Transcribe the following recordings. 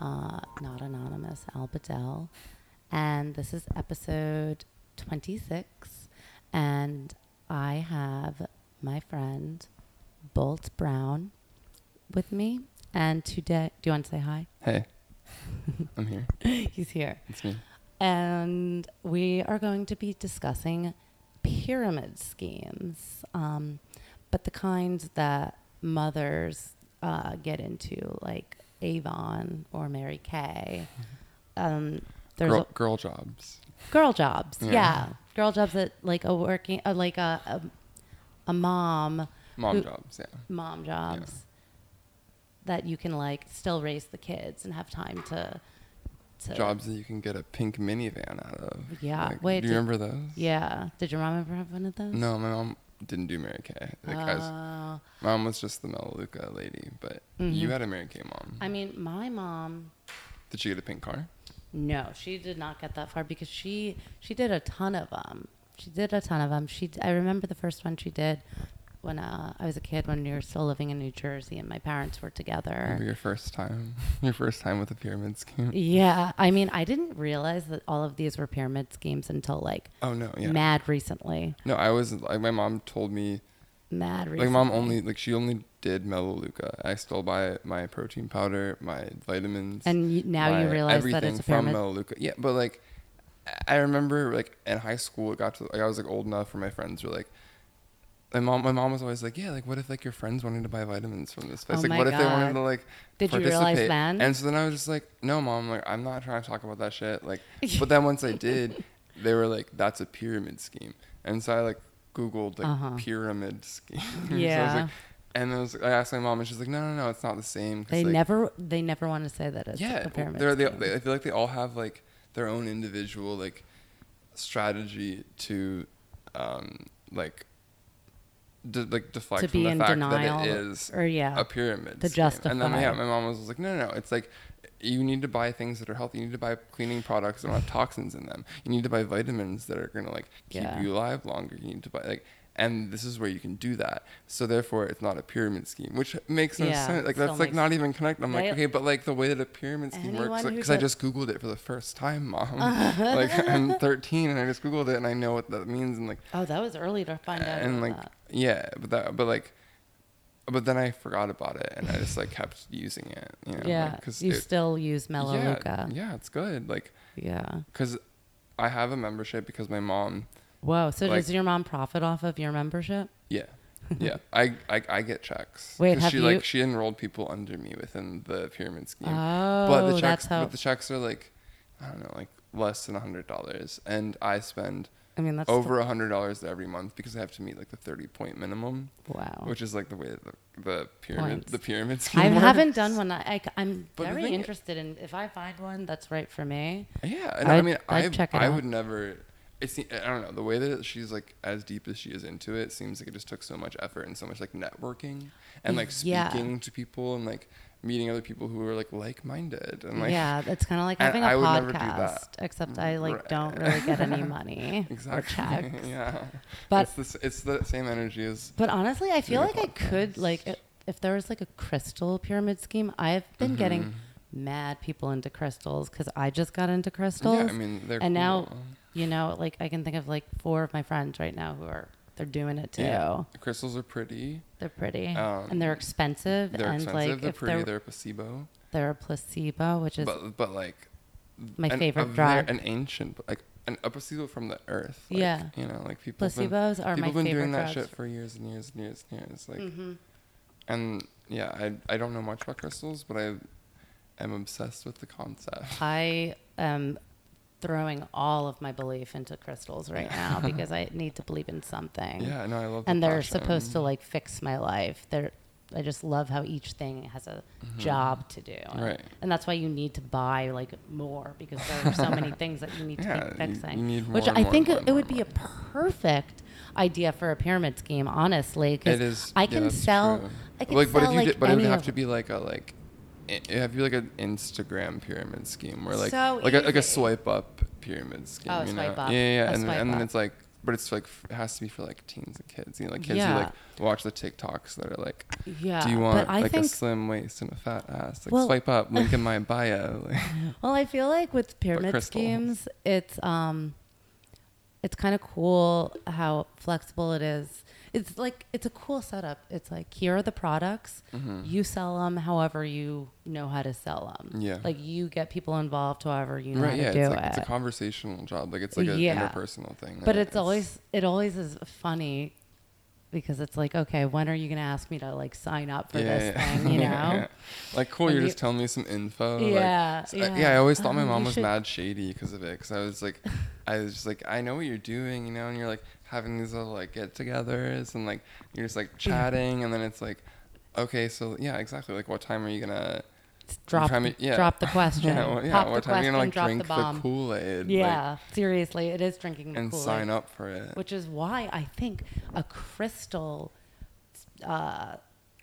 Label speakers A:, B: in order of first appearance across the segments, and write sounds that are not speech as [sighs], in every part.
A: uh, Not Anonymous, Al Bedell. And this is episode 26. And I have my friend Bolt Brown with me. And today, do you want to say hi? [gasps] [laughs]
B: Hey, I'm here.
A: He's here.
B: It's me.
A: And we are going to be discussing pyramid schemes, um, but the kinds that mothers uh, get into, like Avon or Mary Kay. Um, there's
B: Girl, girl jobs.
A: a- girl jobs, yeah.
B: Yeah.
A: girl jobs that like a working, uh, like a, a a mom,
B: Mom
A: Who-
B: jobs, yeah.
A: mom jobs that you can like still raise the kids and have time to. to
B: Jobs that you can get a pink minivan out of.
A: Yeah,
B: Like,
A: wait,
B: Do you
A: did-
B: remember those?
A: Yeah. Did your mom ever have one of those?
B: No, my mom didn't do Mary Kay. Like, I was,
A: Uh,
B: my mom was just the Melaleuca lady, but you
A: Mhm.
B: had a Mary Kay mom.
A: I mean, my mom.
B: Did she get a pink car?
A: No, she did not get that far because she she did a ton of them. She did a ton of them. She I remember the first one she did when uh, I was a kid when we were still living in New Jersey and my parents were
B: Remember
A: together.
B: your first time? [laughs] Your first time with a pyramid scheme?
A: Yeah, I mean, I didn't realize that all of these were pyramid schemes until like
B: Oh, no, yeah.
A: mad recently.
B: no, I was, like, my mom told me
A: Mad recently.
B: Like mom only like she only did Melaleuca. I still buy my protein powder, my vitamins,
A: And y- now you
B: my
A: realize that it's a pyramid?
B: from uh, Melaleuca. Yeah, but like I remember like in high school it got to like I was like old enough where my friends were like. My mom, my mom was always like, "Yeah, like what if like your friends wanted to buy vitamins from this place?
A: Oh
B: like
A: my
B: what if they wanted
A: God.
B: to like
A: Did you realize
B: participate?"
A: then?
B: And so then I was just like, "No, mom, like I'm not trying to talk about that
A: [laughs]
B: shit." Like, but then once I did, they were like, "That's a pyramid scheme," and so I like googled like
A: Uh-huh.
B: pyramid scheme. [laughs] so I was
A: Yeah.
B: like, and I, was, I asked my mom, and she's like, "No, no, no, it's not the same." 'cause,
A: They
B: like,
A: never they never want to say that it's
B: yeah.
A: a pyramid.
B: They're, they,
A: scheme.
B: they, I feel like they all have like their own individual like strategy to, um, like, de- like deflect
A: to
B: from
A: be
B: the
A: in
B: fact
A: denial
B: that it is
A: or yeah.
B: a pyramid
A: to
B: scheme. And then yeah,
A: justify.
B: my mom was like, "No, no, no, it's like." You need to buy things that are healthy. You need to buy cleaning products that don't have toxins in them. You need to buy vitamins that are gonna like keep
A: Yeah.
B: you alive longer. You need to buy like, and this is where you can do that. So therefore, it's not a pyramid scheme, which makes no
A: Yeah,
B: sense. Like
A: still
B: that's like
A: makes-
B: not even connected. I'm
A: They-
B: like, okay, but like the way that a pyramid scheme
A: Anyone
B: works,
A: who
B: because I
A: did-
B: just googled it for the first
A: [laughs]
B: time, mom. like I'm 13 and I just googled it and I know what that means and like
A: Oh, that was early to find out.
B: and
A: about
B: like
A: that.
B: yeah, but that but like. But then I forgot about it, and I just like kept using it. You know,
A: yeah,
B: because
A: you still use Melaleuca.
B: Yeah, yeah, it's good. Like,
A: Yeah.
B: cause I have a membership because my mom.
A: Whoa. So
B: Like-
A: does your mom profit off of your membership? [laughs]
B: Yeah, yeah. I, I I get checks.
A: Wait,
B: 'Cause
A: have
B: she
A: you-
B: like she enrolled people under me within the pyramid scheme.
A: Oh,
B: but the checks,
A: that's how.
B: but the checks are like, I don't know, like less than a hundred dollars, and I spend
A: I mean, that's the-
B: over a hundred dollars every month because I have to meet like the thirty point minimum,
A: wow.
B: which is like the way that the, the pyramid
A: Points.
B: the pyramid scheme.
A: I
B: works.
A: haven't done one. I, I, am
B: But the
A: very
B: thing-
A: interested in if I find one that's right for me.
B: Yeah, and I,
A: I'd-
B: mean,
A: I'd
B: I
A: check it
B: I
A: out.
B: would never. It's I don't know the way that she's like as deep as she is into it. Seems like it just took so much effort and so much like networking and like
A: Yeah.
B: speaking to people and like meeting other people who are like like minded and like
A: yeah, it's kind of like
B: and
A: having a
B: I would never do
A: podcast,
B: that.
A: except I like
B: Right.
A: don't really get
B: [laughs]
A: any money or
B: exactly
A: checks.
B: [laughs] yeah.
A: But-
B: But it's the, s- it's the same energy as
A: But honestly, I feel
B: a
A: like I could
B: podcast.
A: like if, if there was like a crystal pyramid scheme. I've been
B: Mm-hmm.
A: getting mad people into crystals because I just got into crystals.
B: yeah. I mean, they're
A: and now,
B: cool.
A: you know, like I can think of like four of my friends right now who are they're doing it too.
B: Yeah. crystals are pretty.
A: They're pretty
B: Um,
A: and they're expensive
B: They're
A: and
B: expensive.
A: like
B: they're
A: if
B: pretty.
A: they're,
B: They're,
A: they're
B: a placebo.
A: a placebo, which is
B: But but like
A: my
B: an- a
A: favorite
B: ver-
A: drug.
B: An ancient, like an, a placebo from the earth. Like,
A: Yeah.
B: You know, like people. have been-
A: Placebos are
B: people
A: my
B: have been
A: favorite
B: doing that
A: drugs. Mm. Mm-hmm.
B: shit for years and years and years and years. Like, and yeah, I I don't know much about crystals, but I am obsessed with the concept.
A: I am throwing all of my belief into crystals right now
B: [laughs]
A: because I need to believe in something.
B: Yeah, no, I love. the
A: and they're
B: passion.
A: supposed to like fix my life. They're I just love how each thing has a job to do. And-
B: Mm-hmm. Right.
A: And that's why you need to buy like more because there are
B: [laughs]
A: so many things that you need to
B: Yeah,
A: be
B: you-
A: fixing.
B: you need
A: which
B: more and
A: I
B: more
A: think
B: and
A: it,
B: more
A: would
B: and
A: be a perfect idea for a pyramid scheme, honestly. 'cause
B: It is.
A: I
B: yeah,
A: can
B: that's
A: sell
B: true.
A: I can
B: like,
A: sell
B: but if you
A: like
B: did, but it
A: any
B: would have
A: of-
B: to be like a like. i- It have you like an Instagram pyramid scheme where like
A: So
B: like a, like a
A: easy.
B: swipe up pyramid scheme,
A: Oh, a
B: you know?
A: swipe up.
B: Yeah, yeah,
A: A
B: yeah. and,
A: swipe
B: and then
A: up.
B: it's like but it's like f- it has to be for like teens and kids. You know, like kids
A: Yeah.
B: who like watch the TikToks that are like,
A: Yeah.
B: do you want
A: but I
B: like
A: think
B: a slim waist and a fat ass? Like
A: Well- [laughs]
B: swipe up, link in my bio. Like,
A: Well, I feel like with pyramid
B: crystal.
A: schemes, it's um, it's kind of cool how flexible it is. It's like it's a cool setup. It's like here are the products.
B: Mm-hmm.
A: You sell them however you know how to sell them.
B: Yeah.
A: Like you get people involved however you know
B: right?
A: how to
B: Yeah,
A: do
B: it's like
A: it.
B: it's a conversational job. Like it's like an
A: Yeah.
B: interpersonal thing.
A: but
B: yeah,
A: it's always it always is funny because it's like okay, when are you gonna ask me to like sign up for this
B: [laughs]
A: thing? You know.
B: Yeah, yeah. Like, cool,
A: And
B: you're
A: you-
B: just telling me some info. like-
A: Yeah,
B: so I- yeah.
A: yeah.
B: I always thought my
A: Um,
B: mom
A: you
B: was
A: should-
B: mad shady because of it. Because I was like, I was just like, I know what you're doing, you know, and you're like having these little like get togethers and like you're just like chatting, and then it's like, okay, so yeah, exactly. Like, what time are you gonna
A: Drop,
B: time it- [laughs] yeah.
A: drop the question.
B: yeah, well, yeah,
A: Pop
B: what
A: the
B: time are you
A: question,
B: gonna like
A: drop
B: drink
A: the
B: the,
A: bomb.
B: Kool Aid?
A: Yeah, seriously, it is drinking the
B: and
A: Kool-Aid,
B: sign up for it.
A: which is why I think a crystal uh,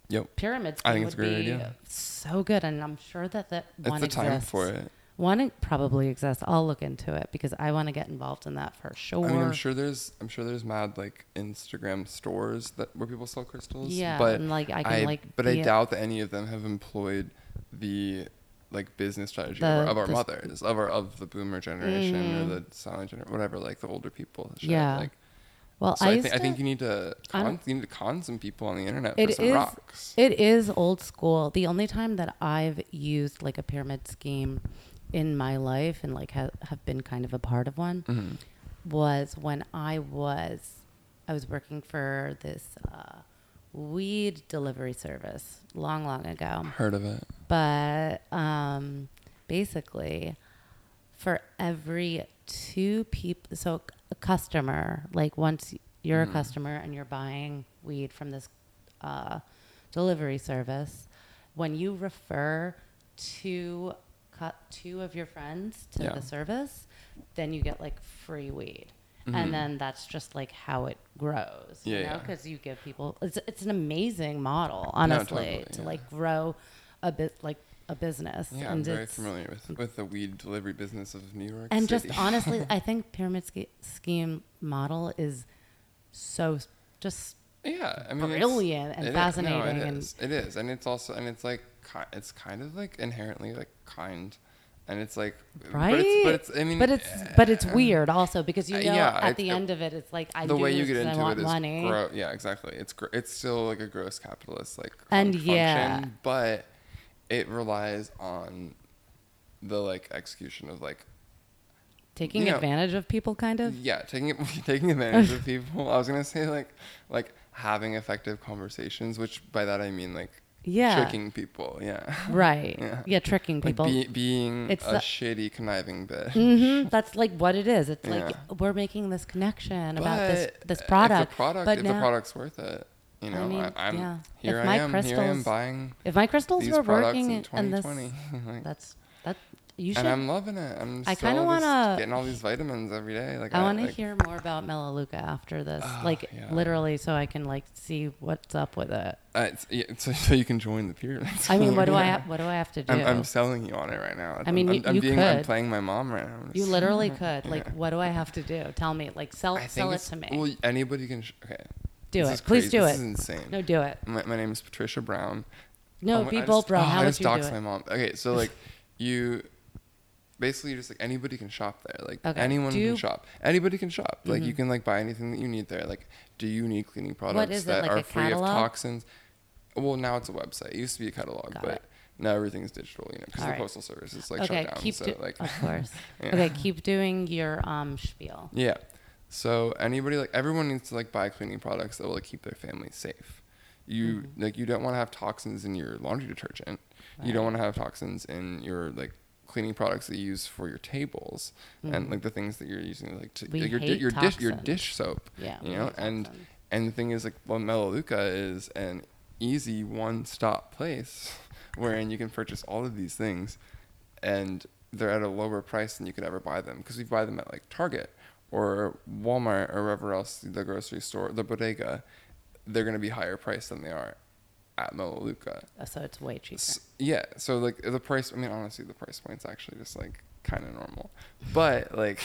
B: yep.
A: pyramid
B: I
A: scheme
B: think
A: would
B: it's a great
A: be
B: idea.
A: so good, and I'm sure that that
B: It's
A: one
B: the
A: exists.
B: time for it.
A: One it probably exists. I'll look into it because I want to get involved in that for sure.
B: I mean, I'm sure there's, I'm sure there's mad like Instagram stores that where people sell crystals.
A: Yeah,
B: but
A: and, like, I can, like,
B: but I
A: be a-
B: doubt that any of them have employed the like business strategy of
A: The-
B: our- of our
A: the-
B: mothers, of our of the boomer generation or the silent generation, whatever, like the older people. Shit.
A: Yeah.
B: Like,
A: Well,
B: so
A: I,
B: I,
A: used
B: think I
A: to-
B: think you need to
A: I
B: con,
A: don't-
B: you need to con some people on the internet
A: It
B: for some
A: is-
B: rocks.
A: It is old school. The only time that I've used like a pyramid scheme in my life and like ha- have been kind of a part of one
B: Mm-hmm.
A: was when I was I was working for this uh, weed delivery service long, long ago.
B: Heard of it?
A: But um, basically, for every two people, so a customer, like once you're
B: Mm.
A: a customer and you're buying weed from this uh, delivery service, when you refer two, cu- two of your friends to
B: Yeah.
A: the service, then you get like free weed. And then that's just you how it grows, you
B: Mm-hmm. Yeah,
A: know,
B: yeah.
A: because you give people. It's it's an amazing model, honestly,
B: totally,
A: to
B: yeah.
A: like grow a bit like a business.
B: Yeah, I'm very
A: it's-
B: familiar with with the weed delivery business of New York.
A: And
B: City.
A: just
B: [laughs]
A: honestly, I think pyramid sch- scheme model is so s- just
B: yeah, I mean, it's-
A: brilliant and
B: it is-
A: fascinating
B: no, it
A: and-
B: is. it is, and it's also, and it's like, ki- it's kind of like inherently like kind, and it's like,
A: right.
B: But it's, but it's I mean, eh,
A: but it's but it's weird also because you
B: uh,
A: know
B: yeah,
A: at
B: it-
A: the
B: it-
A: end of it, it's like I
B: the
A: do
B: way you
A: this
B: get
A: 'cause
B: into
A: I want
B: it is
A: money.
B: gro- yeah, exactly. It's gr- it's still like a gross capitalist like
A: And
B: fun-
A: yeah.
B: function, but it relies on the like execution of like
A: Taking
B: you know-
A: advantage of people, kind of.
B: yeah taking [laughs] taking
A: [laughs]
B: advantage of people. I was gonna say like like having effective conversations, which by that I mean like
A: Yeah.
B: tricking people. Yeah. [laughs]
A: Right.
B: Yeah.
A: Yeah. tricking people.
B: Like be, being
A: It's
B: a
A: the-
B: shitty conniving bitch.
A: hmm That's like what it is. It's
B: Yeah.
A: like we're making this connection about this
B: But eh,
A: this product.
B: If the product,
A: but
B: if
A: now,
B: the product's worth it, you know, I
A: mean,
B: I, am
A: yeah.
B: here.
A: If
B: I
A: my
B: am here. I am
A: crystals-
B: buying
A: if my crystals
B: these
A: were
B: products
A: working
B: in
A: and this,
B: 2020. [laughs] Like,
A: that's [laughs] that you should.
B: and I'm loving it. I'm
A: I kinda
B: I kind of want
A: wanna-
B: to getting all these vitamins every day. Like
A: I want to
B: like, Ah,
A: hear more about Melaleuca after this, like
B: yeah.
A: literally, so I can like see what's up with
B: [laughs]
A: it.
B: Uh, it's, yeah, so, so you can join the pyramid.
A: I mean, what
B: [laughs]
A: do I
B: Yeah.
A: ha- what do I have to do?
B: I'm, I'm selling you on it right now. I'm-
A: mean,
B: I'm,
A: you-
B: I'm
A: you
B: being, I'm
A: could.
B: playing my mom right now. I'm
A: you
B: just- [laughs]
A: literally could. Like,
B: Yeah.
A: what do I have to do? Tell me. Like, sell
B: I
A: sell
B: think
A: it
B: it's-
A: to me.
B: Well, anybody can. Sh- okay.
A: do
B: This
A: it,
B: is
A: please
B: crazy.
A: do
B: This is
A: it.
B: insane.
A: No, do it.
B: My, my name is Patricia Brown.
A: No,
B: Oh my-
A: be
B: I
A: bold,
B: just-
A: bro.
B: oh,
A: How
B: I
A: would
B: just
A: you do
B: doxed
A: it?
B: my mom. Okay,
A: [laughs]
B: so like you basically you're just like anybody can shop there. Like
A: Okay,
B: anyone
A: do
B: can
A: you- Mm-hmm.
B: shop. Anybody can shop. Like you can like buy anything that you need there. Like do you need cleaning products
A: is it,
B: that
A: like
B: are
A: a
B: free
A: catalog?
B: of toxins? Well, now it's a website. It used to be a catalog,
A: Got
B: but
A: it.
B: now everything's digital, you know, because
A: All
B: the
A: right.
B: postal service is like
A: okay,
B: shut down.
A: keep
B: so
A: do-
B: like
A: of course.
B: [laughs] Yeah.
A: Okay, keep doing your um spiel.
B: Yeah. So anybody like everyone needs to like buy cleaning products that will like keep their family safe. You
A: Mm-hmm.
B: like you don't want to have toxins in your laundry detergent. You don't want to have toxins in your like cleaning products that you use for your tables and like the things that you're using like to
A: Mm. We
B: like, your
A: hate
B: your dish your
A: toxins.
B: dish soap.
A: Yeah,
B: You
A: we
B: know
A: hate
B: and
A: toxins.
B: and the thing is like well Melaleuca is an easy one stop place [laughs] wherein you can purchase all of these things and they're at a lower price than you could ever buy them because we buy them at like Target or Walmart or wherever else the grocery store, the bodega. They're going to be higher priced than they are at Melaleuca.
A: Uh, So it's way cheaper.
B: S- yeah, so like the price. I mean, honestly, the price point's actually just like kind of normal, but like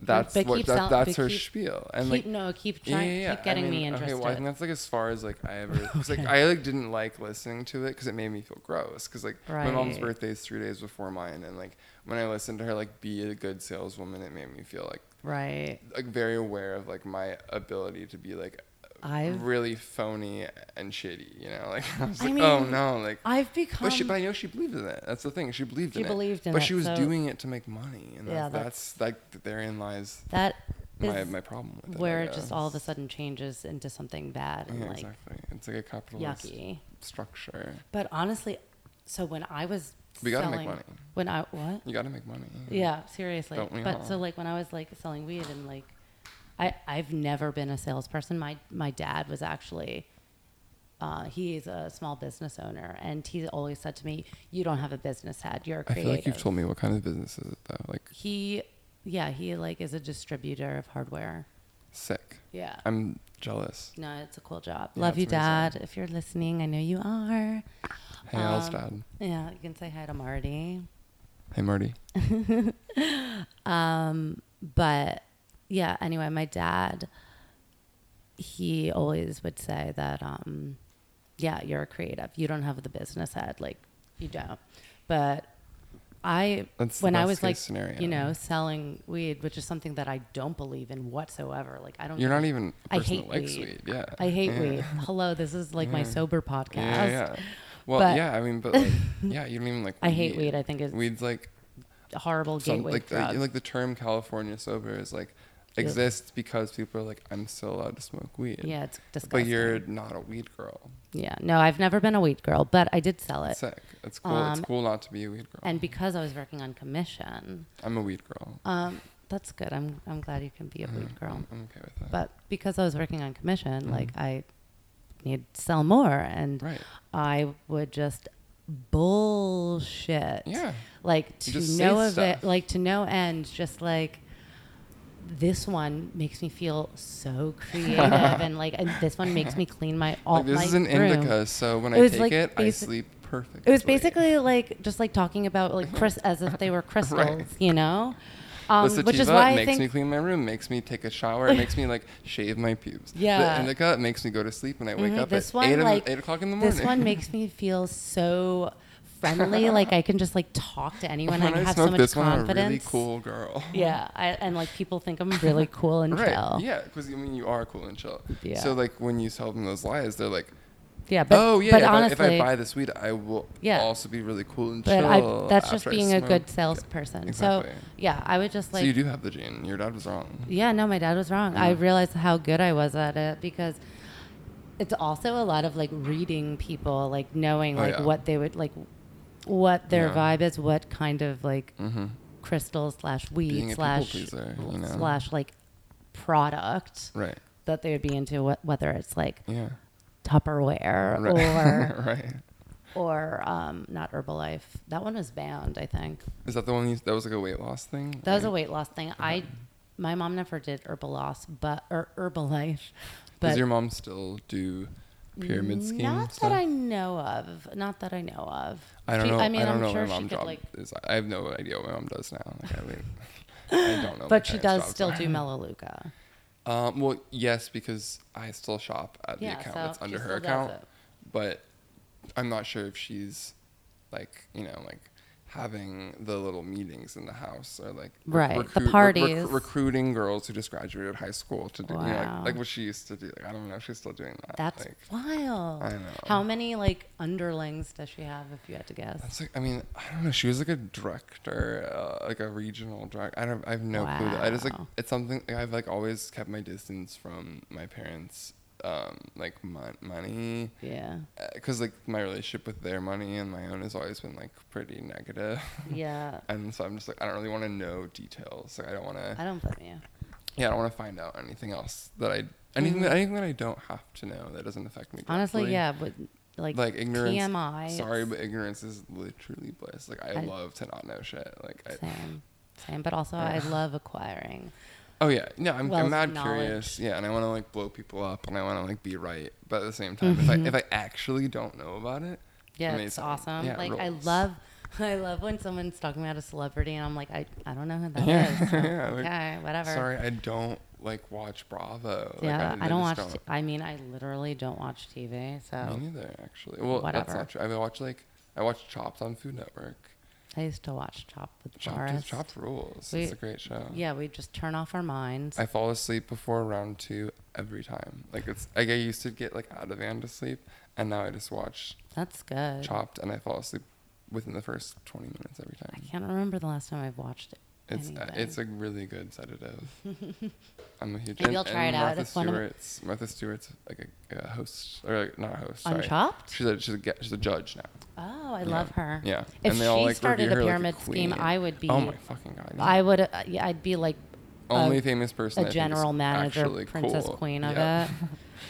B: that's
A: But
B: what
A: keep
B: that,
A: sell-
B: that's
A: but
B: her
A: keep-
B: spiel. And
A: keep,
B: like
A: no, keep trying, keep getting
B: I mean,
A: me interested.
B: Okay, well, I think that's like as far as like I ever.
A: [laughs]
B: 'cause, Like
A: Okay.
B: I like didn't like listening to it because it made me feel gross. Because like my mom's
A: Right.
B: birthday is three days before mine, and like when I listened to her like be a good saleswoman, it made me feel like
A: right.
B: like very aware of like my ability to be like
A: I've-
B: really phony and shitty. You know, like [laughs] I was
A: I
B: like, oh
A: mean,
B: no, like.
A: I've become.
B: But, she, but I know she believed in it. That's the thing. She believed
A: She
B: in it.
A: believed in
B: but
A: it,
B: she was
A: so-
B: doing it to make money, and
A: Yeah,
B: that's, that's like therein lies
A: that is
B: my, my problem with it. I
A: where it just all of a
B: guess.
A: sudden changes into something bad and
B: Yeah,
A: like
B: exactly. It's like a capitalist
A: yucky.
B: structure.
A: But honestly, so when I was
B: We gotta make
A: selling-
B: money.
A: When I what?
B: You got to make money.
A: Yeah, seriously.
B: Don't we
A: but
B: all?
A: so like when I was like selling weed and like I I've never been a salesperson. My my dad was actually uh, he's a small business owner, and he always said to me, "You don't have a business head. You're a
B: I
A: creative."
B: feel like you've told me what kind of business is it though. Like
A: he, yeah, he like is a distributor of hardware.
B: sick.
A: Yeah.
B: I'm jealous.
A: No, it's a cool job.
B: Yeah,
A: Love you,
B: it's amazing.
A: Dad. If you're listening, I know you are.
B: Hey,
A: Um,
B: Al's dad.
A: Yeah, you can say hi to Marty.
B: Hey, Marty.
A: But yeah, anyway, my dad, he always would say that, um, yeah, you're a creative. You don't have the business head, like you don't. But I,
B: That's the
A: when I
B: best
A: was
B: case
A: like,
B: scenario.
A: you know, selling weed, which is something that I don't believe in whatsoever. Like I don't.
B: You're not even. A
A: I
B: person
A: hate
B: that likes
A: weed.
B: weed. Yeah.
A: I hate
B: yeah.
A: weed. Hello, this is like my
B: Yeah.
A: sober podcast.
B: Yeah, yeah. Well,
A: But-
B: yeah. I mean, but
A: [laughs]
B: like, yeah, you don't even like.
A: I hate weed. I think it's
B: Weed's like
A: horrible
B: some,
A: gateway
B: like
A: drug.
B: The, like the term California sober is like
A: Yeah.
B: exists because people are like, I'm still allowed to smoke weed.
A: yeah, it's disgusting.
B: But you're not a weed girl.
A: yeah, no, I've never been a weed girl, but I did sell it,
B: Sick. It's cool. it's
A: Um,
B: cool not to be a weed girl.
A: and because I was working on commission,
B: I'm a weed girl.
A: um, that's good. I'm I'm glad you can be a weed girl,
B: I'm, I'm okay with that.
A: but because I was working on commission, like I need to sell more, and
B: Mm-hmm. right.
A: I would just bullshit.
B: Yeah.
A: like
B: You
A: to
B: just say
A: no of it
B: stuff.
A: like to no end just like this one makes me feel so
B: [laughs]
A: creative and like and this one makes me clean my all
B: like, this
A: my
B: is an
A: room.
B: indica, so when
A: It
B: I
A: was,
B: take
A: like,
B: it, I
A: basi-
B: sleep perfect.
A: it was basically like just like talking about like
B: [laughs]
A: Chris as if they were crystals, you know, um,
B: the sativa
A: which is why I
B: makes me
A: think
B: clean my room, makes me take a shower, it makes me like shave my pubes.
A: Yeah.
B: The indica makes me go to sleep when I wake
A: mhm,
B: up
A: this
B: at
A: one
B: eight, of-
A: like
B: eight o'clock in the morning.
A: This one makes me feel
B: [laughs]
A: so friendly, like I can just like talk to anyone.
B: when
A: I
B: I
A: have
B: smoke
A: so much
B: this
A: confidence.
B: one, I'm a really cool girl.
A: [laughs] Yeah, I, and like people think I'm really cool and
B: Right.
A: chill.
B: Yeah, because I mean you are cool and chill.
A: Yeah.
B: So like when you tell them those lies, they're like,
A: Yeah, but
B: "Oh yeah,
A: but
B: if,
A: honestly,
B: I, if I buy this weed, I will
A: Yeah.
B: also be really cool and
A: but
B: chill."
A: I, that's just
B: after I
A: being a good
B: smoke."
A: salesperson.
B: Exactly.
A: So yeah, I would just like
B: so you do have the gene. Your dad was wrong.
A: yeah, no, my dad was wrong. I
B: Yeah.
A: realized how good I was at it because it's also a lot of like reading people, like knowing
B: Oh,
A: like
B: yeah.
A: what they would like, what their
B: Yeah.
A: vibe is, what kind of like
B: Mm-hmm.
A: crystal slash
B: Being
A: weed
B: a
A: slash
B: people pleaser, you know?
A: slash like product
B: Right.
A: that they would be into, what whether it's like
B: Yeah.
A: Tupperware
B: Right.
A: or
B: [laughs] right.
A: or um, not Herbalife. That one was banned, I think.
B: Is that the one you, that was like a weight loss thing?
A: That was a
B: Like,
A: weight loss thing. I, my mom never did Herbalife, but or Herbalife, but
B: Does your mom still do pyramid scheme
A: Mm, not
B: stuff?
A: that I know of. Not that I know of.
B: I don't
A: She-
B: know.
A: I mean,
B: don't
A: am
B: know
A: sure
B: what my
A: she
B: mom's
A: could
B: job
A: like,
B: is. I have no idea what my mom does now. Like I, mean,
A: [laughs]
B: I don't know. my
A: but she
B: parents'
A: does
B: jobs
A: still
B: now.
A: do
B: [laughs]
A: Melaleuca.
B: Um, well, yes, because I still shop at
A: Yeah,
B: the account
A: so
B: that's
A: she
B: under
A: still
B: her
A: does
B: account,
A: it.
B: but I'm not sure if she's like you know like having the little meetings in the house or like
A: Right, the
B: recruit- rec- rec-
A: parties.
B: recruiting girls who just graduated high school to do you know,
A: Wow.
B: like, like what she used to do. Like I don't know if she's still doing that.
A: That's
B: like,
A: wild.
B: I know.
A: How many like underlings does she have? If you had to guess,
B: That's like I mean I don't know. She was like a director, uh, like a regional director. I don't. I have no clue. I just like
A: Wow.
B: it's something like, I've like always kept my distance from my parents, um, like mon- money, [laughs]
A: yeah,
B: because like my relationship with their money and my own has always been like pretty negative. [laughs]
A: yeah.
B: and so I'm just like I don't really want to know details. Like I don't want
A: I
B: to.
A: don't
B: [laughs]
A: blame you.
B: Yeah, I don't want to find out anything else that I anything that anything that I don't have to know that doesn't affect me.
A: mm-hmm. Honestly,
B: directly
A: yeah, but like,
B: like ignorance.
A: TMI.
B: Sorry, but ignorance is literally bliss. Like I,
A: I-
B: love to not know shit. Like I,
A: Same, same. But also, I love acquiring.
B: oh yeah, no, I'm,
A: Wealth
B: I'm mad
A: of knowledge.
B: curious. Yeah, and I want to like blow people up, and I want to like be right.
A: Mm-hmm.
B: But at the same time, if I if I actually don't know about it,
A: Yeah, it's
B: amazing.
A: awesome.
B: Yeah, it
A: like I
B: rules.
A: love [laughs] I love when someone's talking about a celebrity and I'm like, I, I don't know who that is.
B: Yeah,
A: So,
B: [laughs] yeah, like,
A: okay, whatever.
B: Sorry, I don't like watch Bravo. Like,
A: yeah, I, don't watch.
B: just Mm-hmm.
A: t- I mean, I literally don't watch TV, so
B: Me neither, actually. Well, that's
A: Whatever.
B: not true. I watch like I watch Chopped on Food Network.
A: I used to watch Chopped with
B: Chopped, is-
A: Forrest.
B: Chopped rules.
A: We-
B: it's a great show.
A: Yeah, we just turn off our minds.
B: I fall asleep before round two every time. Like it's like I used to get like out of van to sleep, and now I just watch
A: That's good.
B: Chopped, and I fall asleep within the first twenty minutes every
A: I
B: time.
A: can't remember the last time I've watched it.
B: It's uh,
A: anything.
B: it's a really
A: [laughs]
B: good sedative. I'm a huge.
A: Maybe I'll try it out.
B: Martha
A: It's one of my-
B: Stewart's Martha Stewart's like a, a host or like, not a host.
A: On
B: Sorry.
A: Chopped?
B: She's a she's a, ge- she's a judge now.
A: Oh, I
B: Yeah.
A: love her.
B: Yeah.
A: If
B: and they all,
A: she
B: like,
A: started a
B: review her like
A: pyramid scheme,
B: queen.
A: I would be.
B: Oh my fucking god! yeah.
A: I would. Uh, yeah, I'd be like
B: only
A: a-
B: famous person. I
A: a
B: think is
A: general manager,
B: actually
A: princess
B: cool.
A: queen of
B: Yeah. [laughs]
A: it.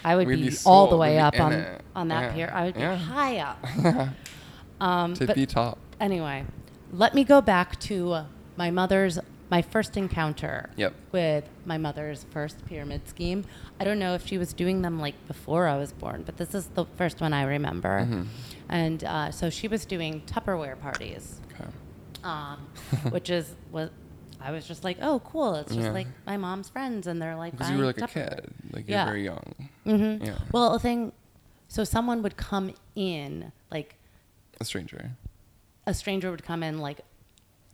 A: I would
B: We'd
A: be,
B: be
A: all the
B: sold.
A: way
B: We'd be
A: up
B: in
A: on
B: it.
A: on that
B: Yeah.
A: pier. I would be
B: Yeah.
A: high
B: [laughs]
A: up. Um, but
B: Tippy top.
A: anyway, let me go back to my mother's my first encounter
B: Yep.
A: with my mother's first pyramid scheme. I don't know if she was doing them like before I was born, but this is the first one I remember.
B: Mm-hmm.
A: And uh, so she was doing Tupperware parties,
B: Okay.
A: um,
B: [laughs]
A: which is what I was just like, oh, cool. It's just
B: Yeah.
A: like my mom's friends, and they're like,
B: Because you were
A: buying
B: like a
A: Tupperware.
B: kid, like you're
A: Yeah.
B: very young.
A: Mhm.
B: Yeah.
A: Well, a thing. So someone would come in, like
B: A stranger.
A: a stranger would come in, like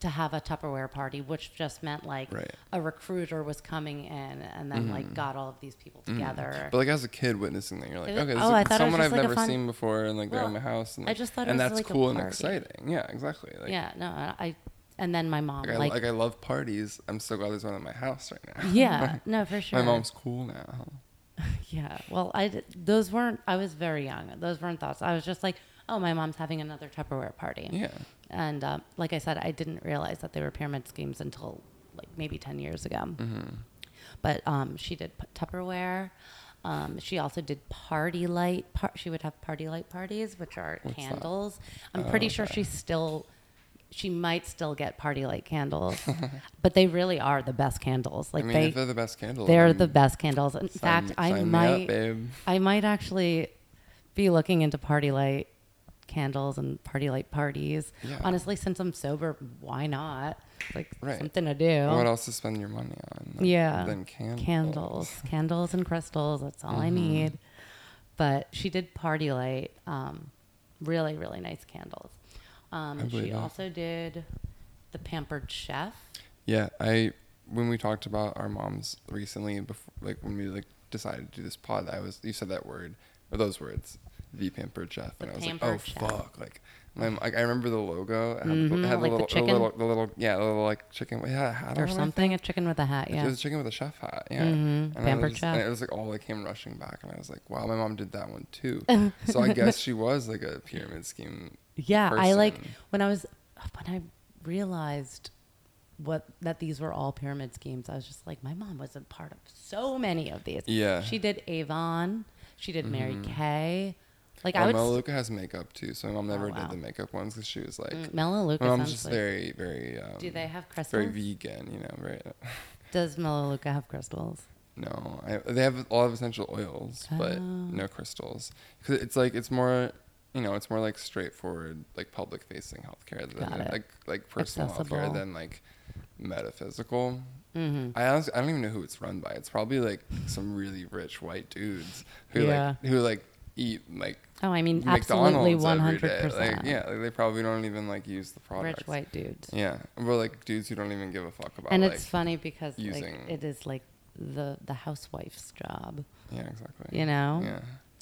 A: to have a Tupperware party, which just meant like
B: Right. Mm-hmm.
A: a recruiter was coming in and then like got all of these people together.
B: But like as a kid witnessing that, you're like,
A: It was-
B: okay, this
A: oh, I
B: is
A: thought it was
B: someone
A: just
B: I've
A: like a
B: never
A: fun-
B: seen before, and like they're
A: Well,
B: in my house, and
A: I
B: like,
A: just thought it
B: and
A: was
B: that's
A: like a
B: cool and
A: party.
B: exciting. Yeah, exactly. Like,
A: yeah. No. I. And then my mom,
B: like, I,
A: like, [laughs]
B: like I love parties. I'm so glad there's one at my house right now. [laughs]
A: yeah. No, for sure.
B: my mom's cool now.
A: [laughs] Yeah. Well, I d- those weren't. I was very young. Those weren't thoughts. I was just like, oh, my mom's having another Tupperware party.
B: Yeah.
A: And um, like I said, I didn't realize that they were pyramid schemes until like maybe 10 years ago.
B: Mm-hmm.
A: But um, she did p- Tupperware. Um, she also did party light. Par- she would have party light parties, which are
B: What's that? Oh,
A: candles. I'm pretty sure
B: okay.
A: she still, she might still get party light
B: [laughs]
A: candles, but they really are the best candles. Like
B: I mean, if
A: they,
B: they're the best candles.
A: they're
B: then
A: the best candles. In
B: sign-
A: fact, I
B: sign me up,
A: might,
B: babe.
A: I might actually be looking into party light candles and party light parties.
B: Yeah.
A: Honestly, since I'm sober, why not? Like
B: Right.
A: something to do.
B: What else to spend your money on? like,
A: Yeah.
B: Than candles. Mm-hmm.
A: Candles, candles and crystals. That's all I need. But she did party light. Um, really, really nice candles. Um,
B: believe
A: she
B: that.
A: also did the Pampered Chef.
B: Yeah, I when we talked about our moms recently, before like when we like decided to do this pod, I was you said that word or those words, the pampered chef,
A: The
B: and I was like,
A: pampered
B: oh
A: chef.
B: fuck, like. My, like I remember the logo. It had,
A: Mhm,
B: it
A: like the
B: had the, little, the,
A: chicken?
B: little, the little, yeah, the little like chicken. It had a hat
A: Or
B: on, I
A: something, a chicken with a hat,
B: It
A: yeah.
B: was a chicken with a chef hat. Yeah.
A: Mhm,
B: And I
A: pampered
B: was- and
A: chef.
B: it was like all like came rushing back, and I was like, wow, my mom did that one
A: [laughs]
B: too. so I guess she was like a pyramid scheme.
A: Yeah, I like
B: person.
A: when I was when I realized what that these were all pyramid schemes. I was just like, my mom was a part of so many of these.
B: Yeah. Mm-hmm.
A: she did Avon, she did Mary Kay. Like I
B: Well,
A: would,
B: Mel
A: s- Oh,
B: Luca has makeup too, so my mom never
A: wow.
B: did the makeup ones because she was like,
A: Mm, Mela Luca.
B: my mom's
A: sounds
B: just
A: like-
B: very, very. Um,
A: Do they have
B: very
A: crystals?
B: vegan, you know, very
A: Does Mela Luca have crystals?
B: no. I, they have a lot of essential oils, but
A: Oh.
B: no crystals because it's like it's more, you know, it's more like straightforward, like public-facing healthcare than
A: Got it.
B: like like personal
A: Accessible.
B: healthcare than like metaphysical.
A: Mm-hmm.
B: I honestly, I don't even know who it's run by. It's probably like some really rich white dudes who
A: Yeah.
B: like who like eat like
A: Oh, I mean, absolutely,
B: McDonald's
A: one
B: every
A: hundred
B: day. Like
A: percent.
B: yeah, like, they probably don't even like use the products.
A: rich white dudes.
B: Yeah, we're like dudes who don't even give a fuck about.
A: and
B: like,
A: it's funny because like
B: using-
A: it is like the the housewife's job,
B: yeah, exactly.
A: you know.
B: Yeah.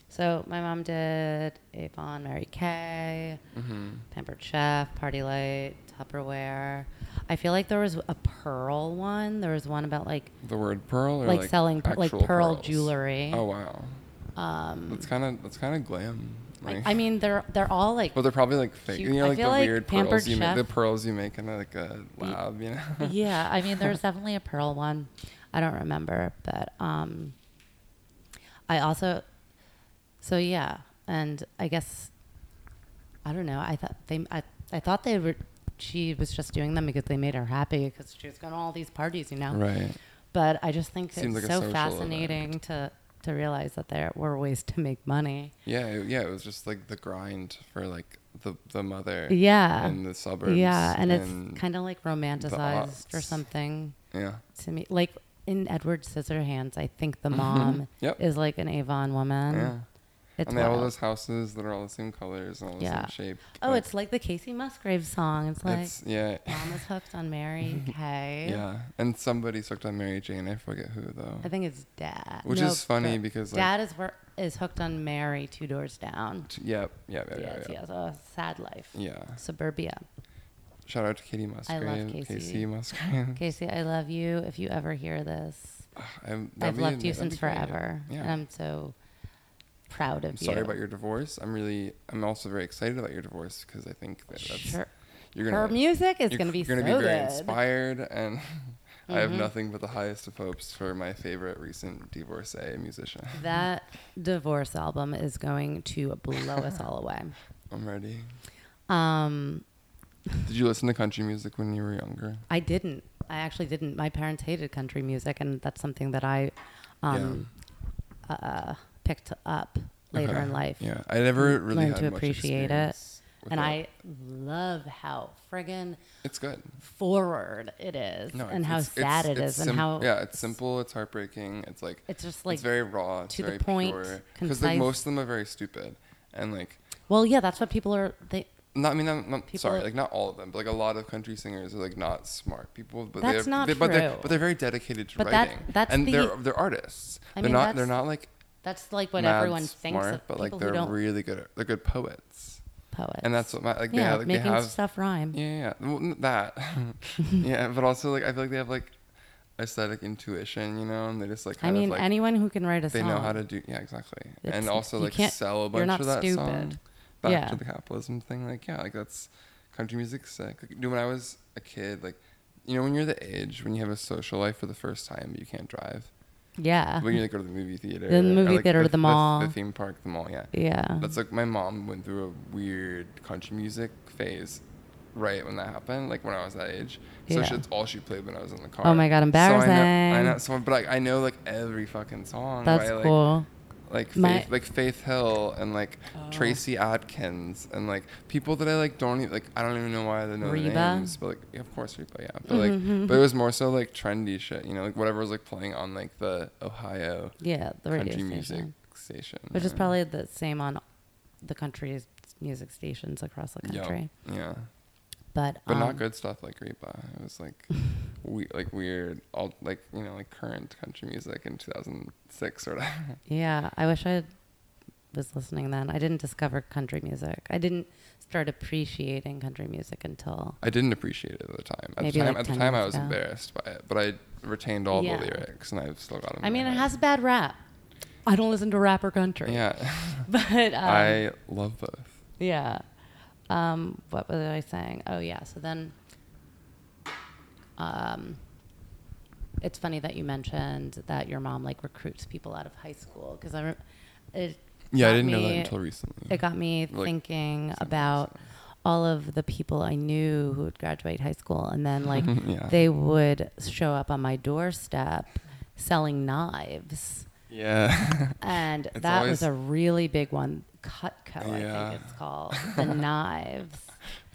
A: So my mom did Avon, Mary Kay,
B: Mm-hmm.
A: Pampered Chef, Party Light, Tupperware. I feel like there was a pearl one. There was one about like
B: The word pearl, or
A: like,
B: like,
A: selling per- like
B: actual
A: pearl
B: pearls?
A: jewelry.
B: Oh wow,
A: um,
B: that's kind of that's kind of glam.
A: I-
B: Like,
A: I, mean they're they're all like
B: well, they're probably like fake.
A: cute.
B: You
A: I
B: know, like the
A: feel like
B: weird
A: Pampered
B: pearls you make, the
A: Chef-
B: pearls you make in like a lab. You know.
A: [laughs] yeah. I mean there's definitely a pearl one. I don't remember, but um, I also so yeah, and I guess I don't know. I thought they I, I thought they were. She was just doing them because they made her happy because she was going to all these parties, you know.
B: Right.
A: But I just think
B: Seems
A: it's
B: like a
A: so
B: social
A: fascinating to to realize that there were ways to make money.
B: Yeah, it- yeah, it was just like the grind for like the the mother
A: Yeah.
B: in the suburbs.
A: yeah, and, it's
B: and-
A: kind of like romanticized or
B: aughts.
A: something
B: yeah,
A: to me. Like in Edward Scissorhands, I think the mom
B: Mm-hmm. [laughs] Yep.
A: is like an Avon woman.
B: yeah.
A: It's
B: and they have all
A: wild.
B: those houses that are all the same colors and all the
A: Yeah.
B: same shape.
A: Oh,
B: like,
A: it's like the Casey Musgrave song. It's like
B: it's yeah,
A: mom is hooked on Mary Kay.
B: [laughs] yeah. And somebody's hooked on Mary Jane. I forget who though.
A: I think it's dad.
B: Which
A: No,
B: is funny
A: but
B: because like,
A: dad is wor- is hooked on Mary two doors down.
B: t- yeah, yeah, yeah, yeah,
A: yes,
B: yeah.
A: yes, a sad life.
B: yeah.
A: Suburbia.
B: Shout out to Katie Musgrave.
A: Casey.
B: Musgrave. [laughs]
A: Casey, I love you. If you ever hear this,
B: I'm,
A: I've loved you since forever,
B: Yeah.
A: and I'm so proud of
B: I'm
A: you.
B: sorry about your divorce. I'm really, I'm also very excited about your divorce because I think that that's,
A: Sure.
B: you're
A: Her
B: gonna,
A: music is
B: you're
A: going to be
B: gonna
A: so
B: be very
A: good.
B: inspired, and [laughs] I have
A: Mhm.
B: nothing but the highest of hopes for my favorite recent divorcee musician.
A: That divorce album is going to blow us all away.
B: I'm ready.
A: Um,
B: Did you listen to country music when you were younger?
A: I didn't. I actually didn't. My parents hated country music, and that's something that I um, uh, picked up later
B: Okay.
A: in life.
B: Yeah, I never really
A: learned
B: had
A: to
B: much
A: appreciate it.
B: experience with
A: And
B: it.
A: I love how friggin'
B: it's good.
A: forward it is,
B: No,
A: and
B: it's-
A: how
B: it's-
A: sad
B: it's-
A: it
B: it's
A: is, and
B: sim-
A: how
B: yeah, it's simple. It's heartbreaking. It's like
A: it's just like
B: it's very raw. It's
A: to the
B: very
A: point,
B: Because like
A: concise.
B: most of them are very stupid, and like
A: well, yeah, that's what people are. They
B: not. I mean, I'm, I'm
A: People
B: sorry.
A: are-
B: like not all of them, but like a lot of country singers are like not smart people. But
A: That's
B: they're,
A: not
B: they, But they're,
A: true.
B: but they're very dedicated to
A: But that-
B: writing.
A: that's
B: and
A: the-
B: they're they're artists.
A: I
B: they're
A: mean,
B: not. They're
A: that's
B: not like
A: that's like what
B: mad
A: everyone thinks
B: smart,
A: of
B: but
A: people
B: like
A: who
B: they're
A: don't
B: really good. They're good poets.
A: poets,
B: And that's what my like.
A: yeah,
B: they, have- like,
A: making
B: they have,
A: stuff rhyme.
B: Yeah, yeah, yeah. Well, n- that. [laughs] yeah, but also like I feel like they have like aesthetic intuition, you know, and they just like
A: I
B: kind
A: mean,
B: of like
A: anyone who can write a
B: they
A: song.
B: know how to do. Yeah, exactly.
A: It's-
B: and also
A: you
B: like
A: can't-
B: sell a
A: you're
B: bunch
A: not
B: of that
A: stupid.
B: song. Back
A: Yeah.
B: to the capitalism thing, like yeah, like that's country music's sick. Like, dude, when I was a kid, like you know, when you're the age when you have a social life for the first time, but you can't drive.
A: Yeah,
B: When you like go to the movie theater,
A: Uh-huh. The movie
B: like,
A: theater, the mall.
B: the theme park, the mall. Yeah,
A: yeah.
B: that's like my mom went through a weird country music phase right when that happened, like when I was that age. So
A: Yeah.
B: it's all she played when I was in the car.
A: Oh my God,
B: So I know, I know
A: embarrassing.
B: so, but like I know like every fucking song.
A: that's
B: by, like,
A: cool.
B: Like Faith,
A: My-
B: like Faith Hill and like
A: Oh.
B: Tracy Adkins and like people that I like don't even like I don't even know why they know
A: Reba?
B: their names, but like yeah, of course Reba, yeah. But like
A: Mhm.
B: but it was more so like trendy shit, you know, like whatever was like playing on like the Ohio
A: Yeah, the radio
B: country
A: station,
B: music station.
A: which is
B: yeah.
A: probably the same on the country's music stations across the
B: Yup,
A: country.
B: Yeah.
A: But
B: but not
A: um,
B: good stuff like Reba. It was
A: [laughs]
B: like we like weird, all like you know, like current country music in 2006 or whatever.
A: Yeah, I wish I was listening then. I didn't discover country music. I didn't start appreciating country music until
B: I didn't appreciate it at the time. At
A: Maybe,
B: the time,
A: like,
B: at the
A: 10
B: time I
A: years
B: was
A: ago.
B: embarrassed by it, but I retained all
A: Yeah.
B: the lyrics and I've still got them.
A: I
B: in my
A: mean, it
B: head.
A: has a bad rap. I don't listen to rap or country.
B: Yeah,
A: [laughs]
B: [laughs]
A: But um,
B: I love both.
A: yeah. Um, what was I saying? Oh yeah. So then, um, it's funny that you mentioned that your mom like recruits people out of high school because I, re- it
B: Yeah, I
A: got
B: didn't know that
A: me-
B: until recently.
A: It got me
B: Like,
A: thinking
B: something,
A: about
B: something.
A: all of the people I knew who would graduate high school, and
B: [laughs]
A: then like
B: Yeah.
A: they would show up on my doorstep selling knives,
B: Yeah. [laughs]
A: and
B: It's
A: that was
B: always-
A: a really big one. Cutco, I
B: Yeah.
A: think it's
B: [laughs]
A: called the knives.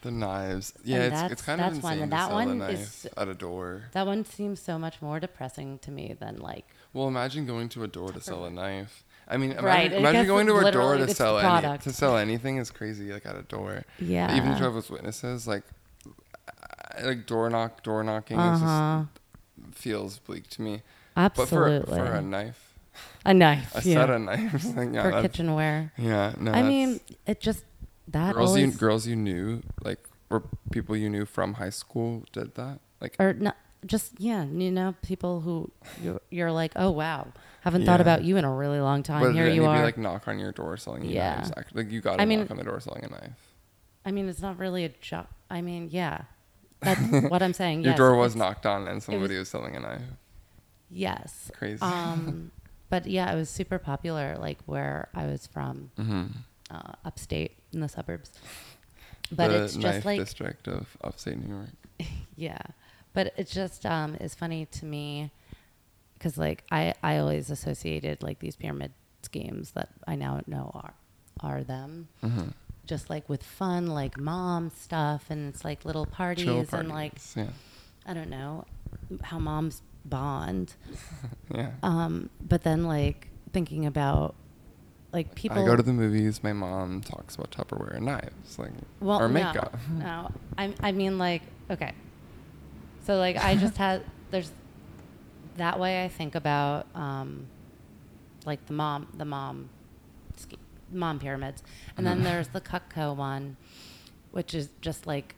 B: the knives. Yeah,
A: And
B: it's,
A: that's-
B: it's kind
A: that's
B: of
A: one,
B: insane
A: and
B: to
A: that
B: sell a
A: one
B: knife
A: is-
B: at a door.
A: That one seems so much more depressing to me than like
B: Well, imagine going to a door to sell a knife. I mean, imagine,
A: Right, it
B: imagine
A: gets
B: going to a door
A: literally-
B: to
A: it's
B: sell
A: the
B: any,
A: product.
B: to sell anything is crazy. Like at a door,
A: yeah.
B: even if you have those witnesses, like I- like door knock, door knocking
A: uh
B: is
A: huh.
B: just feels bleak to me. But for a,
A: Absolutely.
B: for a knife,
A: a knife.
B: a
A: yeah.
B: set of knives, [laughs] like, yeah,
A: for
B: that's-
A: kitchenware.
B: yeah, no,
A: I
B: that's-
A: mean, it just that
B: girls
A: always
B: you girls you knew like or people you knew from high school did that. Like
A: or not just yeah you know people who you're, you're like oh wow haven't thought
B: Yeah.
A: about you in a really long time
B: but
A: here
B: then
A: you
B: you'd be
A: are
B: like knock on your door selling you
A: Yeah.
B: knives. Act- Like you got to
A: I mean-
B: knock on the door selling a knife.
A: i mean it's not really a job i mean yeah
B: [laughs]
A: that's what i'm saying
B: Your
A: yes,
B: door was
A: it's-
B: knocked on and somebody was, selling a knife.
A: yes
B: Crazy. [laughs]
A: um but yeah it was super popular like where i was from
B: hmm
A: uh, upstate in the suburbs but
B: the
A: it's
B: knife
A: just like
B: district of
A: [laughs]
B: upstate New York.
A: yeah but it just um is funny to me because like I, I always associated like these pyramid schemes that I now know are are them.
B: Mm-hmm.
A: Just like with fun, like mom stuff, and it's like little parties,
B: Chill
A: and
B: parties.
A: like
B: yeah,
A: I don't know how moms bond.
B: yeah. [laughs]
A: Um, but then like thinking about like people
B: I go to the movies. My mom talks about Tupperware and knives, like
A: well,
B: or
A: no,
B: makeup. [laughs]
A: No, I I mean like okay. So like I
B: [laughs]
A: just had there's that way I think about um, like the mom the mom ske- mom pyramids, and then
B: Mhm.
A: there's the Cutco one, which is just like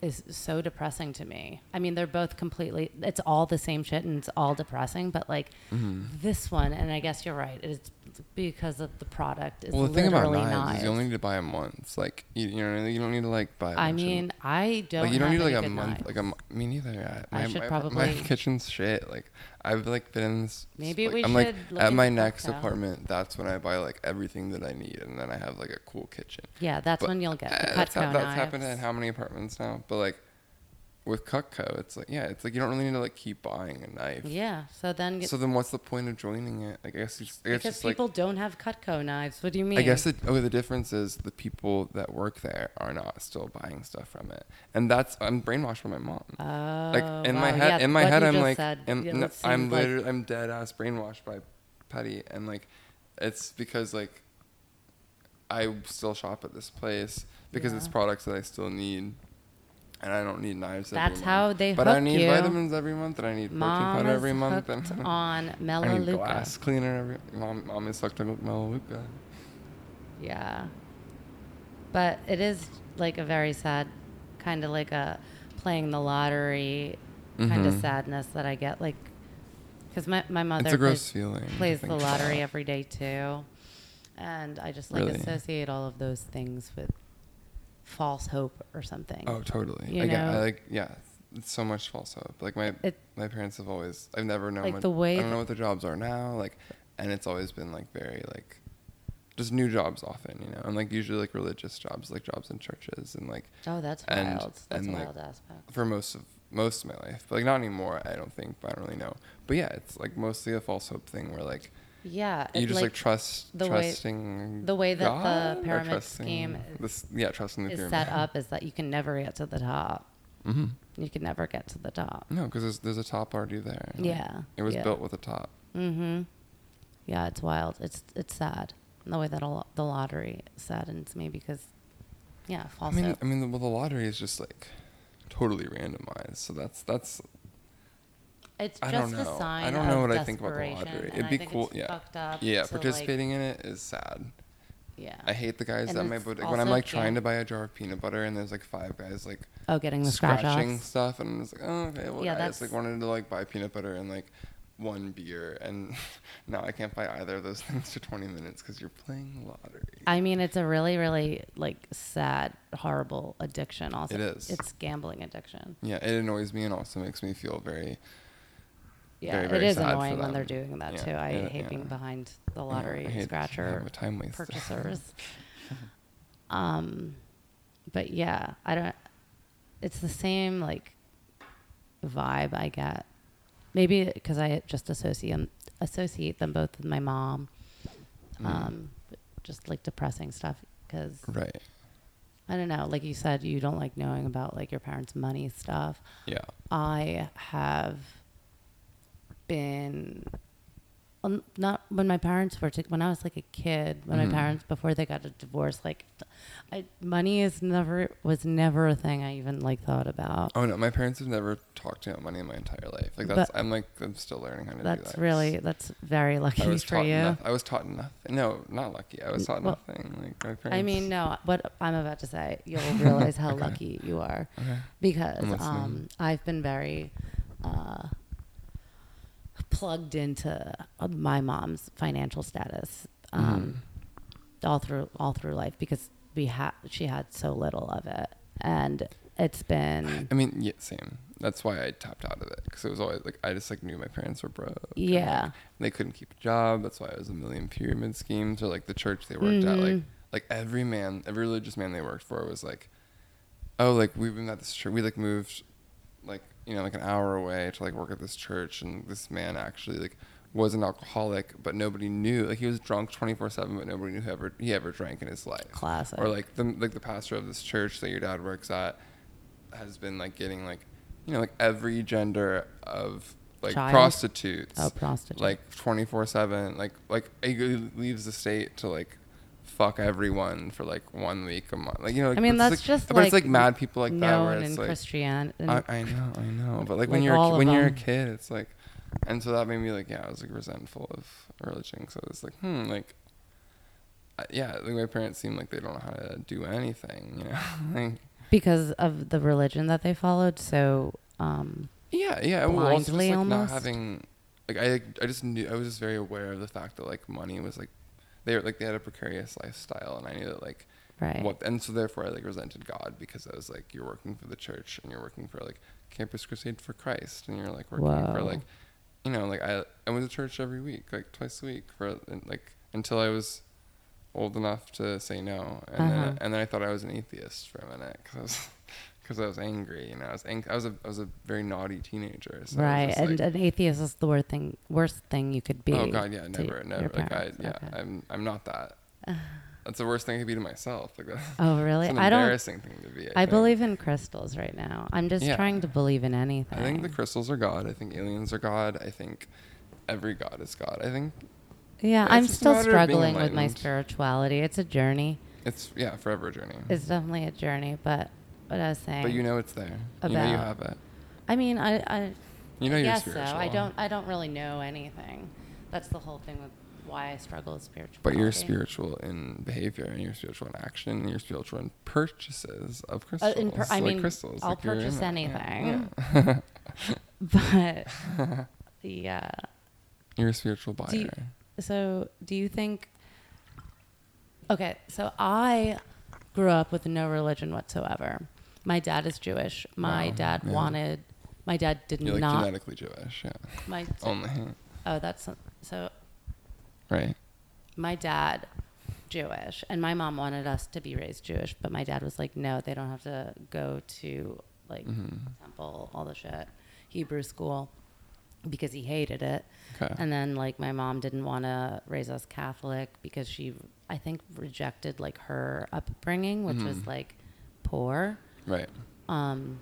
A: is so depressing to me. I mean, they're both completely it's all the same shit and it's all depressing, but like
B: Mhm.
A: this one and I guess you're right. It's because of the product is
B: Well, the thing
A: literally
B: about knives,
A: knives.
B: is you only need to buy them once. Like you, you know, you don't need to like buy. a
A: I
B: bunch of them.
A: mean, I don't.
B: like you don't
A: have
B: need like
A: any
B: a
A: good
B: month.
A: knives.
B: Like a m- me neither.
A: I
B: my,
A: should
B: my, my [laughs]
A: probably-
B: kitchen's shit. Like I've like been in this.
A: Maybe
B: like,
A: we
B: I'm like
A: should look
B: at my
A: into
B: next
A: Costco.
B: apartment. That's when I buy like everything that I need, and then I have like a cool kitchen.
A: yeah, that's
B: But,
A: when you'll get the
B: eh,
A: Cutco
B: that's, hap- that's
A: knives.
B: happened at how many apartments now? But like with Cutco, it's like yeah, it's like you don't really need to like keep buying a knife.
A: Yeah, so then
B: So then, what's the point of joining it? Like, I guess it's, I guess
A: because
B: it's like
A: people don't have Cutco knives. What do you mean?
B: I guess it, oh, the difference is the people that work there are not still buying stuff from it, and that's I'm brainwashed by my mom.
A: Oh,
B: like in my
A: wow,
B: head,
A: yeah,
B: in my
A: what
B: head,
A: you
B: I'm
A: just
B: like,
A: said,
B: am-
A: yeah,
B: no,
A: it seemed
B: I'm
A: like-
B: literally, I'm dead ass brainwashed by Petty, and like, it's because like, I still shop at this place because it's
A: Yeah.
B: products that I still need, and I don't need knives.
A: That's
B: every month.
A: how they
B: But I
A: hook
B: need
A: you.
B: vitamins every month, and I need
A: Mom
B: protein powder
A: is
B: every month,
A: hooked
B: and [laughs]
A: on
B: I need
A: Melaleuca.
B: glass cleaner every. Mom, mom is hooked on Melaleuca.
A: Oh, Yeah, but it is like a very sad, kind of like a playing the lottery kind of
B: Mhm.
A: sadness that I get. Like, because my my mother
B: It's a gross
A: plays-
B: feeling. to
A: plays the
B: think
A: lottery
B: about.
A: every day too and i just like
B: Really?
A: associate all of those things with false hope or something
B: Oh, totally.
A: You
B: I get- I
A: know?
B: like yeah. It's so much false hope. Like my
A: It-
B: my parents have always I've never known
A: Like
B: what,
A: the way
B: I don't
A: that-
B: know what their jobs are now, like and it's always been like very like just new jobs often, you know. And like usually like religious jobs, like jobs in churches and like
A: oh that's wild
B: and-
A: that's
B: and,
A: a
B: like,
A: wild aspect
B: for most of most of my life. But like not anymore, I don't think, but I don't really know. But yeah, it's like mostly a false hope thing where like
A: yeah
B: you
A: it,
B: just like, trust
A: the way-
B: trusting
A: the way that the
B: God or
A: pyramid
B: trusting
A: scheme
B: this yeah, trusting the
A: is
B: pyramid.
A: set up is that you can never get to the top
B: Mhm.
A: you can never get to the top
B: No, because there's, there's a top already there.
A: Yeah,
B: It was
A: yeah.
B: built with a top.
A: mm-hmm yeah it's wild it's it's sad And the way that a lo- the lottery saddens me because yeah false
B: I mean, um,
A: hope
B: I mean, the, well, the lottery is just like totally randomized. So that's that's.
A: it's
B: I
A: just
B: don't
A: a
B: know.
A: sign
B: I don't know
A: of
B: what I think about the
A: desperation,
B: lottery.
A: and
B: It'd
A: I
B: be
A: think
B: cool.
A: it's
B: yeah.
A: fucked up
B: yeah.
A: to, like-
B: Participating in it is sad.
A: yeah
B: I hate the guys
A: And
B: that my
A: it's
B: boot- like, when I'm
A: also
B: like trying
A: can-
B: to buy a jar of peanut butter and there's like five guys like
A: Oh, getting the scratch
B: scratching
A: offs.
B: stuff and I'm just like, oh okay, well
A: Yeah,
B: I just
A: that's-
B: like wanted to like buy peanut butter and like one beer and [laughs] now I can't buy either of those things for 20 minutes because you're playing lottery.
A: I mean, it's a really, really like sad, horrible addiction. Also,
B: It is.
A: It's gambling addiction.
B: Yeah, it annoys me and also makes me feel very
A: Yeah,
B: Very, very
A: it is
B: sad for
A: annoying when they're
B: them.
A: doing that
B: Yeah,
A: too. I
B: yeah,
A: hate being
B: yeah.
A: behind the
B: Yeah,
A: lottery
B: I hate-
A: scratcher
B: I'm a time waster. [laughs]
A: purchasers. um, but yeah, I don't. It's the same like vibe I get. Maybe because I just associate associate them both with my mom.
B: Mm.
A: Um, just like depressing stuff because
B: right.
A: I don't know. Like you said, you don't like knowing about like your parents' money stuff.
B: Yeah.
A: I have been um, not when my parents were to, when I was like a kid. When
B: Mhm.
A: my parents before they got a divorce, like I, money is never was never a thing I even like thought about.
B: Oh no, my parents have never talked to me about money in my entire life. Like
A: But-
B: that's I'm like I'm still learning how to do that.
A: that's really that's very lucky
B: I was
A: for
B: taught
A: you.
B: noth- I was taught nothing. No, not lucky. I was taught
A: Well,
B: nothing. Like my parents.
A: I
B: [laughs]
A: mean, uh, no. What I'm about to say, you'll realize how
B: Okay.
A: lucky you are.
B: Okay.
A: because
B: I'm listening.
A: um, I've been very uh, plugged into uh, my mom's financial status um,
B: Mm-hmm.
A: all through all through life because we had she had so little of it, and it's been
B: I mean, yeah, same. That's why I tapped out of it because it was always like I just like knew my parents were broke. and, like,
A: yeah
B: they couldn't keep a job. That's why it was a million pyramid schemes or like the church they worked at. Like
A: Mhm.
B: like every man, every religious man they worked for was like, oh, like we've been at this church. We like moved like you know like an hour away to like work at this church, and this man actually like was an alcoholic, but nobody knew. Like he was drunk twenty four seven, but nobody knew ever he ever drank in his life.
A: Classic.
B: Or like the like the pastor of this church that your dad works at has been like getting like you know like every gender of like
A: Child?
B: prostitutes.
A: Oh, prostitute.
B: Like twenty four seven. Like like he leaves the state to like fuck everyone for like one week a month. Like you know. Like,
A: I mean,
B: it's,
A: that's just
B: but it's
A: like
B: like mad people like that where
A: known
B: it's
A: in
B: like
A: Christian. in-
B: I, I know, I know. But like,
A: Like
B: when you're a,
A: all
B: ki-
A: of
B: when you're a
A: them.
B: kid, it's like, and so that made me like, yeah, I was like resentful of religion. So it's like, hmm, like, I- yeah, like my parents seem like they don't know how to do anything, you know? [laughs] like,
A: because of the religion that they followed. So, um,
B: yeah, yeah. Well, also just
A: Blindly
B: like not
A: almost?
B: having, like, I like, I just knew I was just very aware of the fact that like money was like, they were like they had a precarious lifestyle, and I knew that like
A: right.
B: what and so therefore i like resented god because i was like you're working for the church and you're working for like campus crusade for christ and you're like working for
A: Whoa.
B: like you know like i i went to church every week like twice a week for and, like until i was old enough to say no and
A: Uh-huh.
B: then and then i thought i was an atheist for a minute because i was [laughs] because i was angry you know i was ang- i was a i was a very naughty teenager so I
A: right.
B: was just, like,
A: And an atheist is the worst thing, worst thing you could be.
B: Oh God, yeah,
A: to
B: never,
A: your
B: never. Like I,
A: parents.
B: yeah,
A: Okay.
B: I'm, I'm
A: [sighs]
B: not that. That's the worst thing I could be to myself. Like [laughs] that's
A: Oh, really?
B: an
A: I don't.
B: embarrassing thing to be. I,
A: I
B: think.
A: believe in crystals right now. I'm just
B: Yeah.
A: trying to believe in anything.
B: I think the crystals are God. I think aliens are God. I think every God is God. I think
A: yeah,
B: it's
A: I'm
B: just a
A: still
B: matter of being
A: struggling with my
B: enlightened.
A: spirituality. It's a journey.
B: it's yeah, forever a journey.
A: It's definitely a journey. But what I was saying.
B: but you know it's there. you know you
A: about-
B: have it.
A: I mean, I. I
B: You know
A: I
B: you're
A: guess
B: spiritual.
A: So. I don't. I don't really know anything. That's the whole thing with why I struggle with spirituality.
B: But you're spiritual in behavior, and you're spiritual in action, and you're spiritual in purchases of crystals.
A: Uh, in pur- I
B: like
A: mean,
B: crystals.
A: I'll
B: like you're in
A: purchase
B: that, yeah,
A: anything.
B: [laughs]
A: [laughs]
B: yeah.
A: But yeah.
B: you're a spiritual buyer.
A: Do you- So do you think? Okay, so I grew up with no religion whatsoever. My dad is Jewish. My
B: Wow,
A: dad
B: yeah.
A: wanted. My dad did
B: you're like
A: not.
B: genetically Jewish. Yeah.
A: My
B: Only
A: oh, that's so.
B: right.
A: my dad Jewish and my mom wanted us to be raised Jewish, but my dad was like, no, they don't have to go to like
B: Mm-hmm.
A: temple, all the shit, Hebrew school because he hated it.
B: Okay.
A: And then like my mom didn't want to raise us Catholic because she I think rejected like her upbringing, which was
B: Mm-hmm.
A: like poor.
B: right.
A: Um,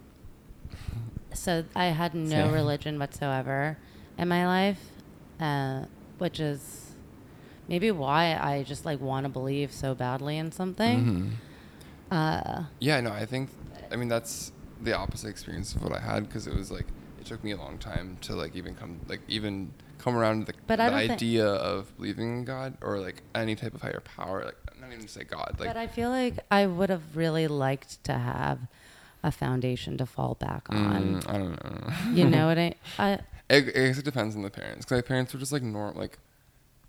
A: so I had no
B: Same.
A: religion whatsoever in my life, uh, which is maybe why I just like want to believe so badly in something.
B: Mhm.
A: Uh,
B: Yeah, no, I think, I mean, that's the opposite experience of what I had because it was like, it took me a long time to like even come, like even come around to the,
A: But
B: the
A: I don't thi-
B: idea of believing in God or like any type of higher power, like not even to say God, like,
A: but I feel like I would have really liked to have a foundation to fall back on.
B: mm, I don't know.
A: You
B: [laughs]
A: know what I? I
B: I, I guess it depends on the parents because my parents were just like norm, like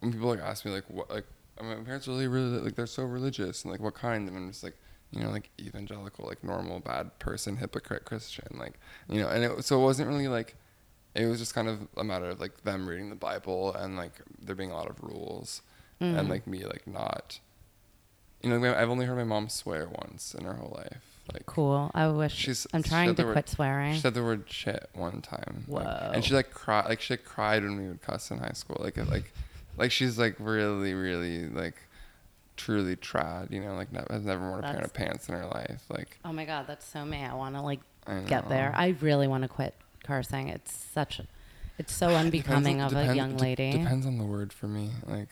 B: when people like ask me like what like I mean, my parents are really really like they're so religious and like what kind and I'm just like you know like evangelical like normal bad person hypocrite Christian like you know and it, so it wasn't really like it was just kind of a matter of like them reading the Bible and like there being a lot of rules and like me like not you know I've only heard my mom swear once in her whole life like
A: cool. I wish
B: She's-
A: I'm
B: she
A: trying
B: said
A: to
B: the word-
A: quit swearing.
B: she said the word shit one time. like-
A: Whoa.
B: and she like cried, like she cried when we would cuss in high school. Like it, like, like she's like really, really like truly trad. You know, like never, has never worn a pair
A: That's-
B: of pants in her life. Like
A: Oh my god, that's so me. I want to like
B: I
A: get
B: know.
A: there. I really want to quit cursing. It's such, it's
B: [sighs]
A: so unbecoming
B: Depends
A: of a
B: on- depend-
A: young
B: de-
A: lady.
B: depends on the word for me. Like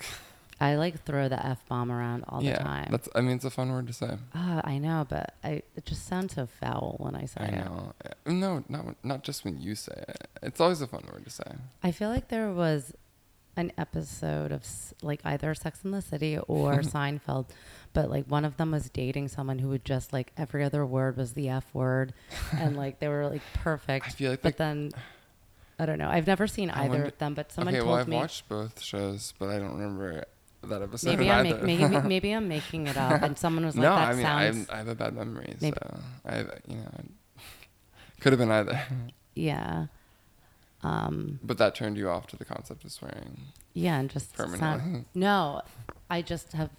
A: I like throw the f bomb around all the
B: yeah,
A: time.
B: that's. I mean, it's a fun word to say.
A: Ah, I know, but I it just sounds so foul when I say
B: I
A: it.
B: know. Eh, No, not when- not just when you say it. It's always a fun word to say.
A: I feel like there was an episode of s- like either Sex in the City
B: [laughs]
A: or Seinfeld, but like one of them was dating someone who would just like every other word was the f word, and like they were like perfect.
B: I feel like
A: but
B: they-
A: then. I don't know. I've never seen either
B: wonder-
A: of them, but someone
B: okay,
A: told
B: well, I've
A: me
B: watched both shows, but I don't remember that episode
A: Maybe
B: [laughs]
A: I'm,
B: either.
A: make, maybe, maybe I'm making it up, and someone was like,
B: no,
A: "That
B: I mean
A: sounds
B: I, I have a bad memory,
A: Maybe-
B: so I you know [laughs] I- could have been either. [laughs]
A: yeah, um,
B: But that turned you off to the concept of swearing.
A: yeah," and just sound-
B: Permanently.
A: no, I just have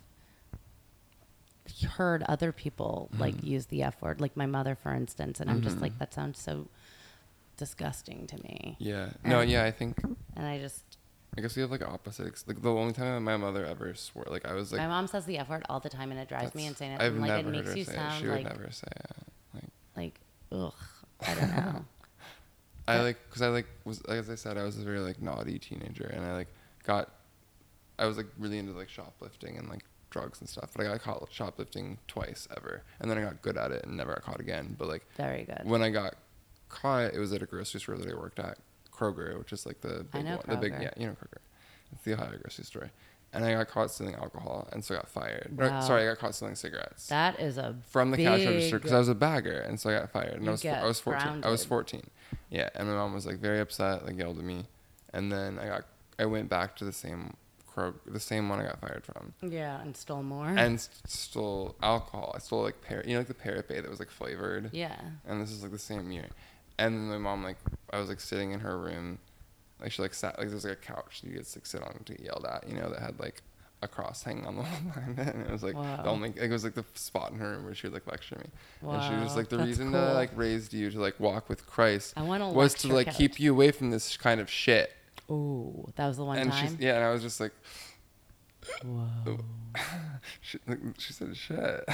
A: heard
B: Mm. Mm-hmm.
A: other people like use the f word, like my mother, for instance, and I'm just like, "That sounds so disgusting to me.
B: Yeah. No,
A: And-
B: yeah, I think
A: And I just,
B: I guess we have like opposite. ex- Like the only time my mother ever swore, like I was like,
A: my mom says the F word all the time and it drives me
B: that's-
A: insane.
B: I've
A: I'm like,
B: never
A: it
B: heard
A: makes
B: her
A: you
B: say it. She
A: sound
B: would
A: like,
B: never say it. Like
A: like, ugh, I don't
B: [laughs]
A: know.
B: I
A: Yeah.
B: like because I like was as I said I was a very like naughty teenager and I like got I was like really into like shoplifting and like drugs and stuff but I got caught shoplifting twice ever and then I got good at it and never got caught again but like
A: Very good.
B: when I got caught it was at a grocery store that I worked at Kroger which is like the
A: I
B: big
A: know
B: one, the big
A: Kroger.
B: yeah you know Kroger it's the Ohio grocery store and I got caught stealing alcohol and so got fired No,
A: Wow.
B: sorry I got caught stealing cigarettes
A: that is a
B: from the cash register
A: big-
B: because I was a bagger, and so I got fired. And
A: You
B: I was
A: get
B: I was fourteen. I was
A: grounded.
B: fourteen. Yeah, and my mom was like very upset, like yelled at me, and then I got I went back to the same Krog, the same one I got fired from,
A: [laughs] Yeah, and stole more.
B: and s- stole alcohol. I stole like par, you know, like the parapet that was like flavored.
A: yeah.
B: And this is like the same year, and then my mom like I was like sitting in her room, like she like sat like there's like a couch that you could like sit on to get yelled at, you know, that had like. A cross hanging on the [laughs] wall behind it, and it was like
A: Wow.
B: the only it was like the spot in her room where she would like lecture me. And she was
A: Wow,
B: like, the
A: that's
B: reason that I
A: cool.
B: like raised you to like walk with Christ
A: I want to
B: was to like keep you away from this kind of shit.
A: Oh, that was the one
B: and
A: time.
B: she's yeah, and I was just like,
A: Whoa.
B: she, like, she said shit.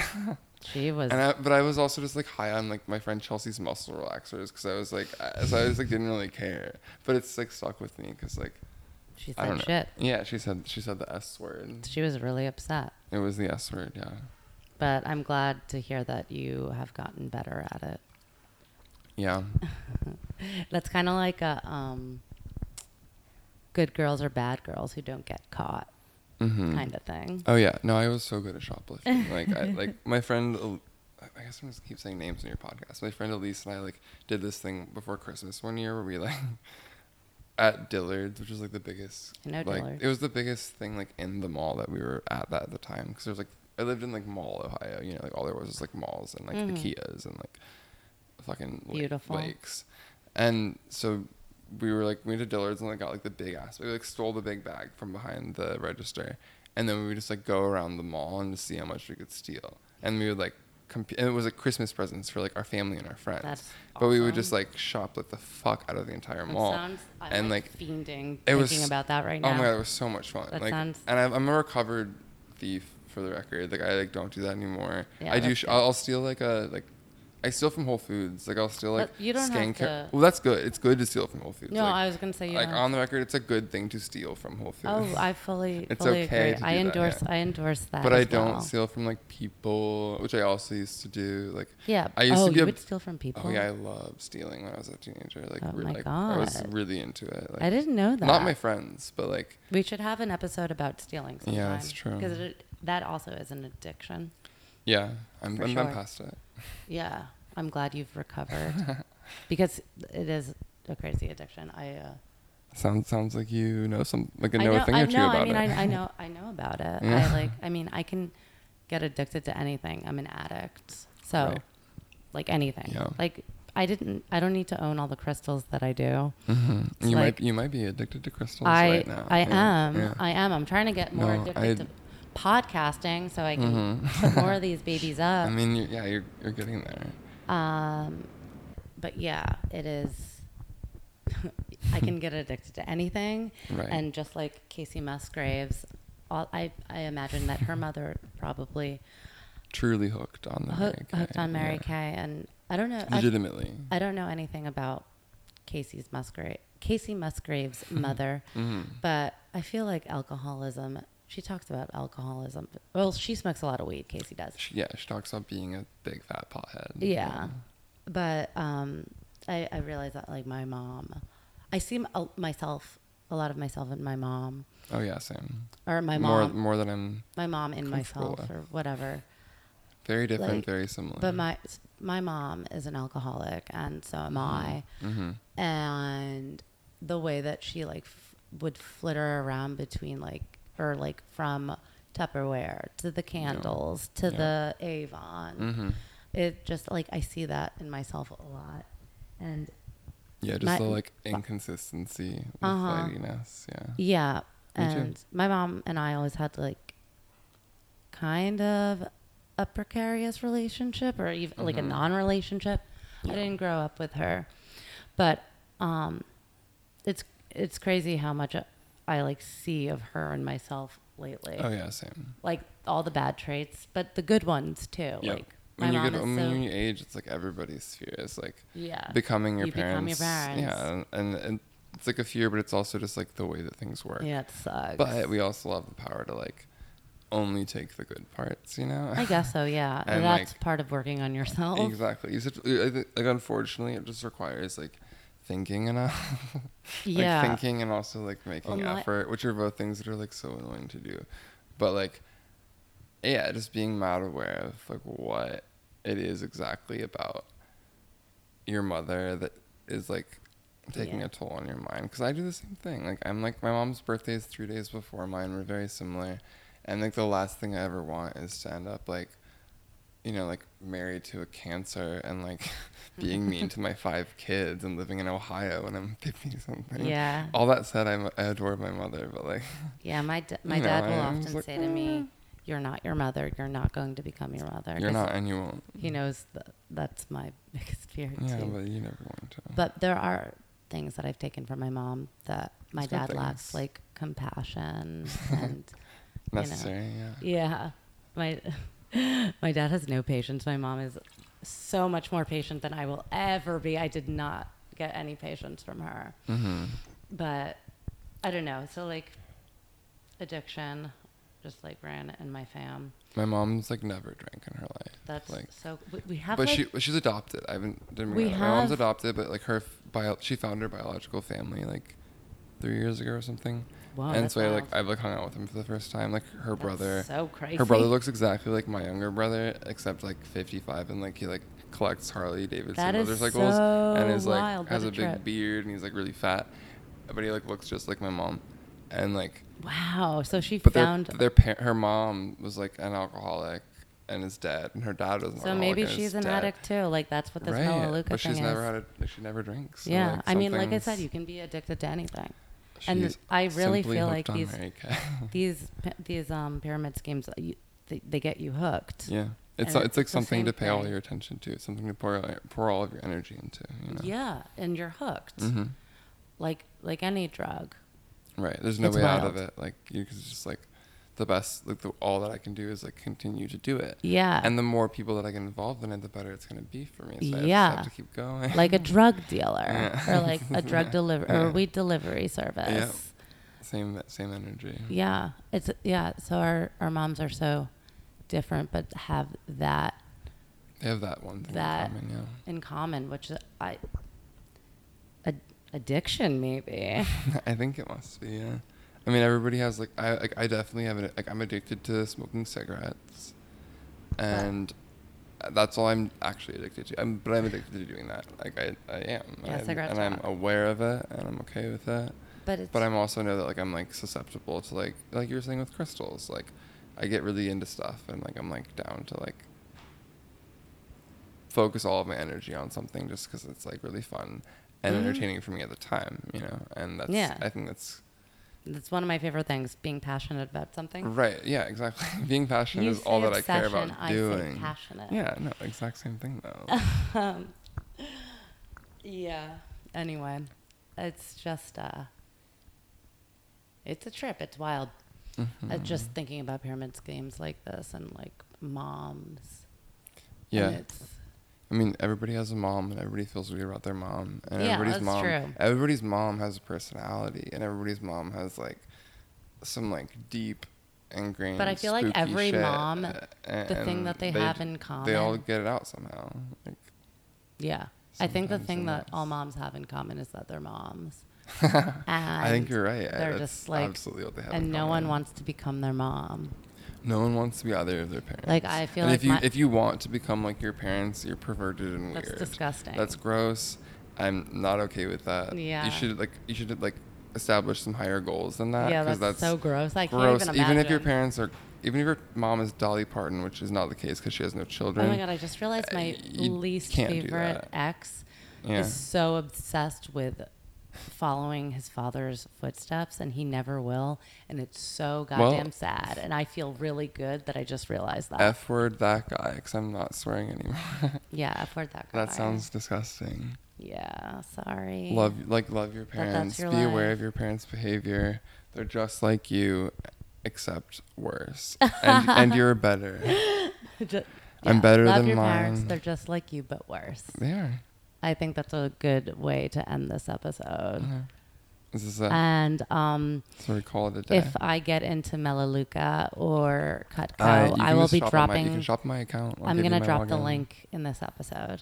A: She was.
B: And I, but I was also just like high on like my friend Chelsea's muscle relaxers because I was like, I, so I just like didn't really care. But it's like stuck with me because like
A: she
B: I don't
A: said
B: know.
A: shit.
B: Yeah, she said she said the S word.
A: She was really upset.
B: It was the S word. Yeah,
A: But I'm glad to hear that you have gotten better at it.
B: yeah.
A: That's kind of like a um, good girls or bad girls who don't get caught
B: Mm-hmm.
A: kind of thing.
B: [laughs] Oh yeah, no, I was so good at
A: [laughs]
B: shoplifting. Like, I, like my friend, El- I guess I'm just keep saying names in your podcast. My friend Elise and I like did this thing before Christmas one year where we like [laughs] at Dillard's, which was like the biggest.
A: I know
B: like,
A: Dillard's.
B: It was the biggest thing like in the mall that we were at that at the time because there was like I lived in like Mall Ohio, you know, like all there was was like malls and like
A: Mhm.
B: IKEAs and like fucking la-
A: Beautiful.
B: lakes, and so. We were like, we went to Dillard's and like got like the big ass. We like stole the big bag from behind the register, and then we would just like go around the mall and just see how much we could steal. And we would like, comp- and it was like Christmas presents for like our family and our friends.
A: That's
B: But we would
A: awesome.
B: just like shoplift the fuck out of the entire
A: That
B: mall.
A: sounds, I'm
B: and
A: like,
B: like,
A: fiending
B: it
A: thinking
B: was-
A: about that right now.
B: oh my god, it was so much fun.
A: That
B: like,
A: sounds-
B: and I'm, I'm a recovered thief for the record. Like I like don't do that anymore.
A: Yeah,
B: I do.
A: that's
B: Sh-
A: good.
B: I'll I'll steal like a like. I steal from Whole Foods. Like I'll steal like
A: But you don't have
B: skincare.
A: to-
B: Well, that's good. It's good to steal from Whole Foods.
A: no,
B: like,
A: I was gonna say you
B: like
A: don't-
B: on the record, it's a good thing to steal from Whole Foods.
A: Oh, I fully
B: [laughs] It's
A: fully
B: okay
A: agree.
B: to
A: I
B: do that,
A: endorse
B: yeah.
A: I endorse that.
B: but I
A: as
B: don't
A: well.
B: steal from like people, which I also used to do. Like
A: Yeah.
B: I used
A: oh,
B: to be
A: you
B: a-
A: would steal from people.
B: Oh yeah, I loved stealing when I was a teenager. Like,
A: Oh
B: re-
A: my
B: like, I was
A: God.
B: really into it. Like,
A: I didn't know that.
B: Not my friends, but like
A: we should have an episode about stealing. Sometime,
B: Yeah, that's true.
A: Because that also is an addiction.
B: yeah, I'm
A: For
B: I'm, I'm
A: sure.
B: past it.
A: Yeah, I'm glad you've
B: [laughs]
A: recovered because it is a crazy addiction. I. Uh,
B: Sounds sounds like you know some like a
A: I
B: know, a thing
A: I
B: or two
A: know,
B: about
A: I mean,
B: it.
A: I, I know, I know about it.
B: Yeah.
A: I like, I mean, I can get addicted to anything. I'm an addict, so
B: Right.
A: like anything.
B: Yeah.
A: Like I didn't, I don't need to own all the crystals that I do.
B: Mhm.
A: It's
B: [laughs]
A: like-
B: You might you might be addicted to crystals
A: I,
B: right now.
A: I
B: Yeah,
A: am,
B: yeah.
A: I am. I'm trying to get more
B: No,
A: addicted
B: I-
A: to podcasting so I can
B: Mhm.
A: put
B: [laughs]
A: more of these babies up.
B: I mean, you're, yeah, you're you're getting there.
A: Um, but yeah, it is. [laughs] I can get addicted to anything,
B: Right.
A: and just like Casey Musgraves, all, I I imagine that her mother probably
B: Truly hooked on the
A: hook,
B: Mary Kay,
A: hooked on Mary
B: yeah.
A: Kay, and I don't know. I,
B: Legitimately.
A: I don't know anything about Casey's Musgrave, Casey Musgraves' mother,
B: Mhm.
A: but I feel like alcoholism. She talks about alcoholism. Well, she smokes a lot of weed. Casey does.
B: She, yeah, she talks about being a big fat pothead.
A: Yeah. But um, I, I realize that like my mom, I see m- a- myself, a lot of myself in my mom
B: Oh yeah, same.
A: or my
B: more
A: mom,
B: more than I'm
A: my mom in
B: comfortable
A: myself
B: with.
A: or whatever.
B: very different,
A: Like,
B: very similar.
A: But my, my mom is an alcoholic and so am I.
B: mm-hmm.
A: And the way that she like f- would flitter around between like, or like from Tupperware to the candles to
B: Yeah.
A: the Avon,
B: Mm-hmm.
A: it just like, I see that in myself a lot. And
B: Yeah, just
A: My-
B: the like inconsistency with
A: Uh-huh.
B: ladies, Yeah.
A: Yeah.
B: Me too.
A: and my mom and I always had like kind of a precarious relationship or even like a
B: Mhm.
A: non relationship.
B: Yeah.
A: I didn't grow up with her. But Um, it's it's crazy how much I like see of her and myself lately.
B: Oh yeah, same.
A: Like all the bad traits, but the good ones too.
B: Yeah.
A: Like my
B: when you
A: mom
B: get
A: is
B: when
A: so
B: you age, it's like everybody's fear is like
A: yeah.
B: becoming your
A: You become your
B: parents.
A: parents.
B: Yeah, and, and it's like a fear, but it's also just like the way that things work.
A: yeah, it sucks.
B: But we also have the power to like only take the good parts, you know.
A: I guess so. Yeah,
B: And,
A: that's
B: like-
A: part of working on yourself.
B: exactly. You just have to- I think- like unfortunately, it just requires like thinking enough, [laughs]
A: Yeah.
B: like thinking and also like making
A: Well, my-
B: effort, which are both things that are like so annoying to do. But like, yeah, just being mad aware of like what it is exactly about your mother that is like taking
A: Yeah.
B: a toll on your mind because i do the same thing like i'm like my mom's birthday is three days before mine we're very similar and like the last thing i ever want is to end up like you know like married to a cancer and like [laughs] being
A: [laughs]
B: mean to my five kids and living in ohio when i'm 50 something
A: Yeah.
B: all that said I'm, i adore my mother but like
A: Yeah, my d- my
B: You know,
A: dad will
B: I was
A: often
B: like, "Mm."
A: say to me, "You're not your mother. You're not going to become your mother."
B: you're
A: 'cause
B: not and you won't
A: He knows that that's my [laughs] biggest fear
B: yeah
A: too.
B: but you never want to
A: But, there are things that I've taken from my mom that my
B: Good
A: dad
B: things.
A: lacks, like
B: [laughs]
A: compassion and you know.
B: necessary yeah
A: yeah, my [laughs] my dad has no patience. My mom is so much more patient than I will ever be. I did not get any patience from her,
B: mm-hmm.
A: but I don't know. So like addiction just like ran in my fam.
B: my mom's like never drank in her life
A: That's
B: like
A: so we, we have
B: but
A: like,
B: she she's adopted. I haven't. Didn't
A: We
B: we my mom's
A: have-
B: adopted, but like her f- bio, she found her biological family like three years ago or something.
A: Wow,
B: and
A: that's
B: so I like
A: wild.
B: I've like hung out with him for the first time. Like her
A: that's
B: brother,
A: So crazy.
B: her brother looks exactly like my younger brother, except like 55, and like he like collects Harley Davidson
A: That is
B: motorcycles, and
A: so
B: is like
A: wild. What
B: has
A: a
B: a big
A: trip.
B: beard, and he's like really fat, but he like looks just like my mom, and like
A: Wow. So she
B: but
A: found.
B: their, their par- her mom was like an alcoholic and is dead, and her dad was an
A: so
B: alcoholic
A: maybe
B: and is
A: she's an
B: dead.
A: addict too. Like that's what this
B: right,
A: Melaleuca
B: but
A: thing
B: she's
A: is.
B: never had a, like, she never drinks. so,
A: yeah,
B: like,
A: I
B: some
A: mean, like I said,
B: things-
A: you can be addicted to anything. and
B: she's
A: I really
B: simply
A: feel like
B: hooked on
A: these-
B: Mary Kay. [laughs]
A: These p- these um pyramid schemes, uh, you, they, they get you hooked.
B: yeah, it's uh,
A: and it's
B: it's like
A: the
B: something
A: same
B: to pay all
A: thing.
B: your attention to, something to pour all- pour all of your energy into. You know?
A: Yeah, and you're hooked.
B: Mhm.
A: Like like any drug.
B: Right. There's no
A: It's
B: way out
A: wild.
B: of it. Like you can just like the best. Like the, all that I can do is like continue to do it.
A: Yeah.
B: And the more people that I get involved in it, the better it's gonna be for me. So I just
A: Yeah.
B: have to keep going.
A: like
B: [laughs]
A: a drug dealer
B: Yeah.
A: or like a drug deliver
B: [laughs] Yeah.
A: or weed delivery service.
B: same same energy.
A: Yeah, it's yeah. So our our moms are so different, but have that
B: They have that one thing
A: That-
B: in common.
A: in common, which I ad- addiction
B: [laughs]
A: maybe.
B: Yeah. I think it must be. Yeah. I mean, everybody has like I like I definitely have it. Like I'm addicted to smoking cigarettes, and. That's all I'm actually addicted to. I'm, but I'm addicted to doing that. Like I, I am.
A: Yeah,
B: I'm-
A: cigarettes
B: and
A: are
B: I'm
A: not-
B: aware of it, and I'm okay with it.
A: But it's
B: But I'm also know that like I'm like susceptible to like like you were saying with crystals. Like I get really into stuff and like I'm like down to like focus all of my energy on something just because it's like really fun and
A: Mhm.
B: entertaining for me at the time, you know. And that's
A: Yeah.
B: I think that's
A: it's one of my favorite things: being passionate about something.
B: right. Yeah, exactly. [laughs] Being passionate
A: You
B: is all
A: say
B: that I care
A: obsession,
B: about
A: I say
B: doing.
A: passionate.
B: Yeah, no, exact same thing though.
A: [laughs] Um, yeah. Anyway, it's just uh, it's a trip. It's wild. Uh,
B: Mhm.
A: just thinking about pyramid schemes like this and like moms. and
B: yeah.
A: it's,
B: I mean, everybody has a mom, and everybody feels weird about their mom, and
A: Yeah,
B: everybody's
A: that's
B: mom,
A: true.
B: everybody's mom has a personality, and everybody's mom has like some like deep ingrained.
A: But I feel like
B: spooky
A: every
B: shit,
A: mom,
B: uh,
A: the thing
B: and
A: that they, have
B: d-
A: in common.
B: they all get it out somehow. Like, [laughs]
A: yeah. I think the
B: sometimes
A: thing that all moms
B: unless-
A: have in common is that they're moms.
B: I think
A: And
B: you're right. I-
A: they're
B: that's
A: just, like-
B: absolutely what they have. in
A: And no one
B: common.
A: wants to become their mom.
B: No one wants to be either of their parents.
A: Like, I feel
B: and
A: like
B: if you
A: my-
B: if you want to become like your parents, you're perverted and
A: That's
B: weird.
A: disgusting.
B: That's gross. I'm not okay with that.
A: Yeah.
B: You should like you should like establish some higher goals than that.
A: yeah,
B: 'cause
A: that's, so gross. I
B: gross.
A: can't even
B: even,
A: imagine.
B: if your parents are, even if your mom is Dolly Parton, which is not the case because she has no
A: Oh
B: children.
A: my god! I just realized
B: uh,
A: my
B: you
A: least
B: can't do
A: favorite
B: that.
A: ex
B: Yeah.
A: is so obsessed with following his father's footsteps, and he never will. And it's so
B: Well-
A: goddamn sad. And I feel really good that I just realized that.
B: F word that guy, because I'm not swearing anymore. [laughs]
A: yeah, F word that. guy.
B: that sounds disgusting.
A: Yeah, sorry. [laughs]
B: Love like love your
A: that's
B: parents.
A: your
B: Be aware
A: life.
B: of your parents' behavior. They're just like you, except
A: [laughs]
B: worse. and, and you're better.
A: Ju-
B: I'm better
A: Love
B: than
A: your parents.
B: mine.
A: They're just like you, but worse.
B: They are.
A: I think that's a good way to end this episode.
B: Yeah. Uh-huh. This is a
A: And um,
B: so we call it a day.
A: if I get into Melaleuca or Cutco,
B: Uh, you
A: I
B: can
A: will
B: just
A: be
B: shop on My, you
A: dropping.
B: can shop my account. I'll
A: I'm
B: give you
A: gonna
B: my
A: drop the
B: login.
A: link in this episode [laughs]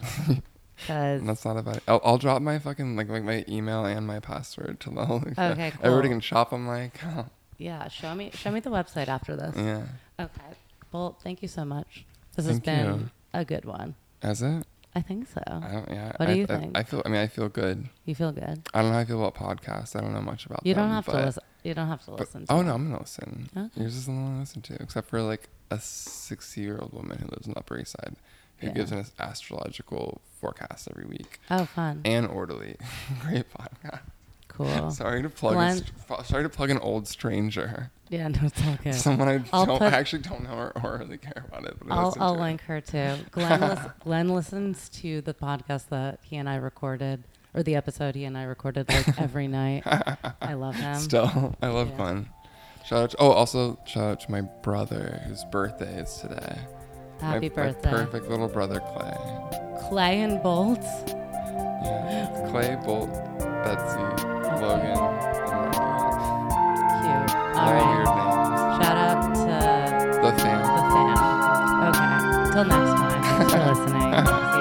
A: because
B: And that's not about it. I'll, I'll drop my fucking like, like my email and my password to [laughs] the whole.
A: Okay, cool.
B: Everybody can shop on my account.
A: yeah, show me show me the website after this.
B: Yeah.
A: Okay. Well, thank you so much. This has
B: Mm. Thank
A: been
B: you.
A: a good one.
B: Is it?
A: I think so.
B: I don't. Yeah.
A: What do
B: I,
A: you
B: I,
A: think?
B: I feel. I mean, I feel good.
A: you feel good.
B: I don't know how I feel about podcasts. I don't know much about.
A: You don't
B: them,
A: have to
B: but-
A: listen. You don't have to
B: but-
A: listen. to
B: oh
A: it.
B: no, I'm gonna listen.
A: Okay.
B: Yours is the one I listen to, except for like a 60 year old woman who lives in the Upper East Side, who
A: Yeah.
B: gives an astrological forecast every week.
A: Oh, fun.
B: And orderly, [laughs] great podcast.
A: Cool.
B: Sorry to plug.
A: Oh. Glenn-
B: A, st- sorry to plug an old stranger.
A: Yeah, no, it's all good.
B: [laughs] Someone I
A: I'll
B: don't
A: put-
B: I actually don't know her or really care about it. But I
A: I'll,
B: listen
A: I'll
B: to it.
A: link her
B: [laughs]
A: too. Glenn, lis- Glenn listens to the podcast that he and I recorded, or the episode he and I recorded
B: [laughs]
A: like every night. I love him.
B: Still, [laughs] I love
A: yeah.
B: Glenn. Shout out! To, oh, also shout out to my brother whose birthday is today. My-
A: Happy
B: my
A: birthday.
B: perfect little brother Clay.
A: Clay and Bolt.
B: Yeah. Clay, Bolt, Betsy, Logan, and Marky.
A: Cute. All
B: All
A: right.
B: weird names.
A: Shout out to
B: The
A: the
B: fans. [laughs]
A: fan. Okay. Till next time. Thanks for listening.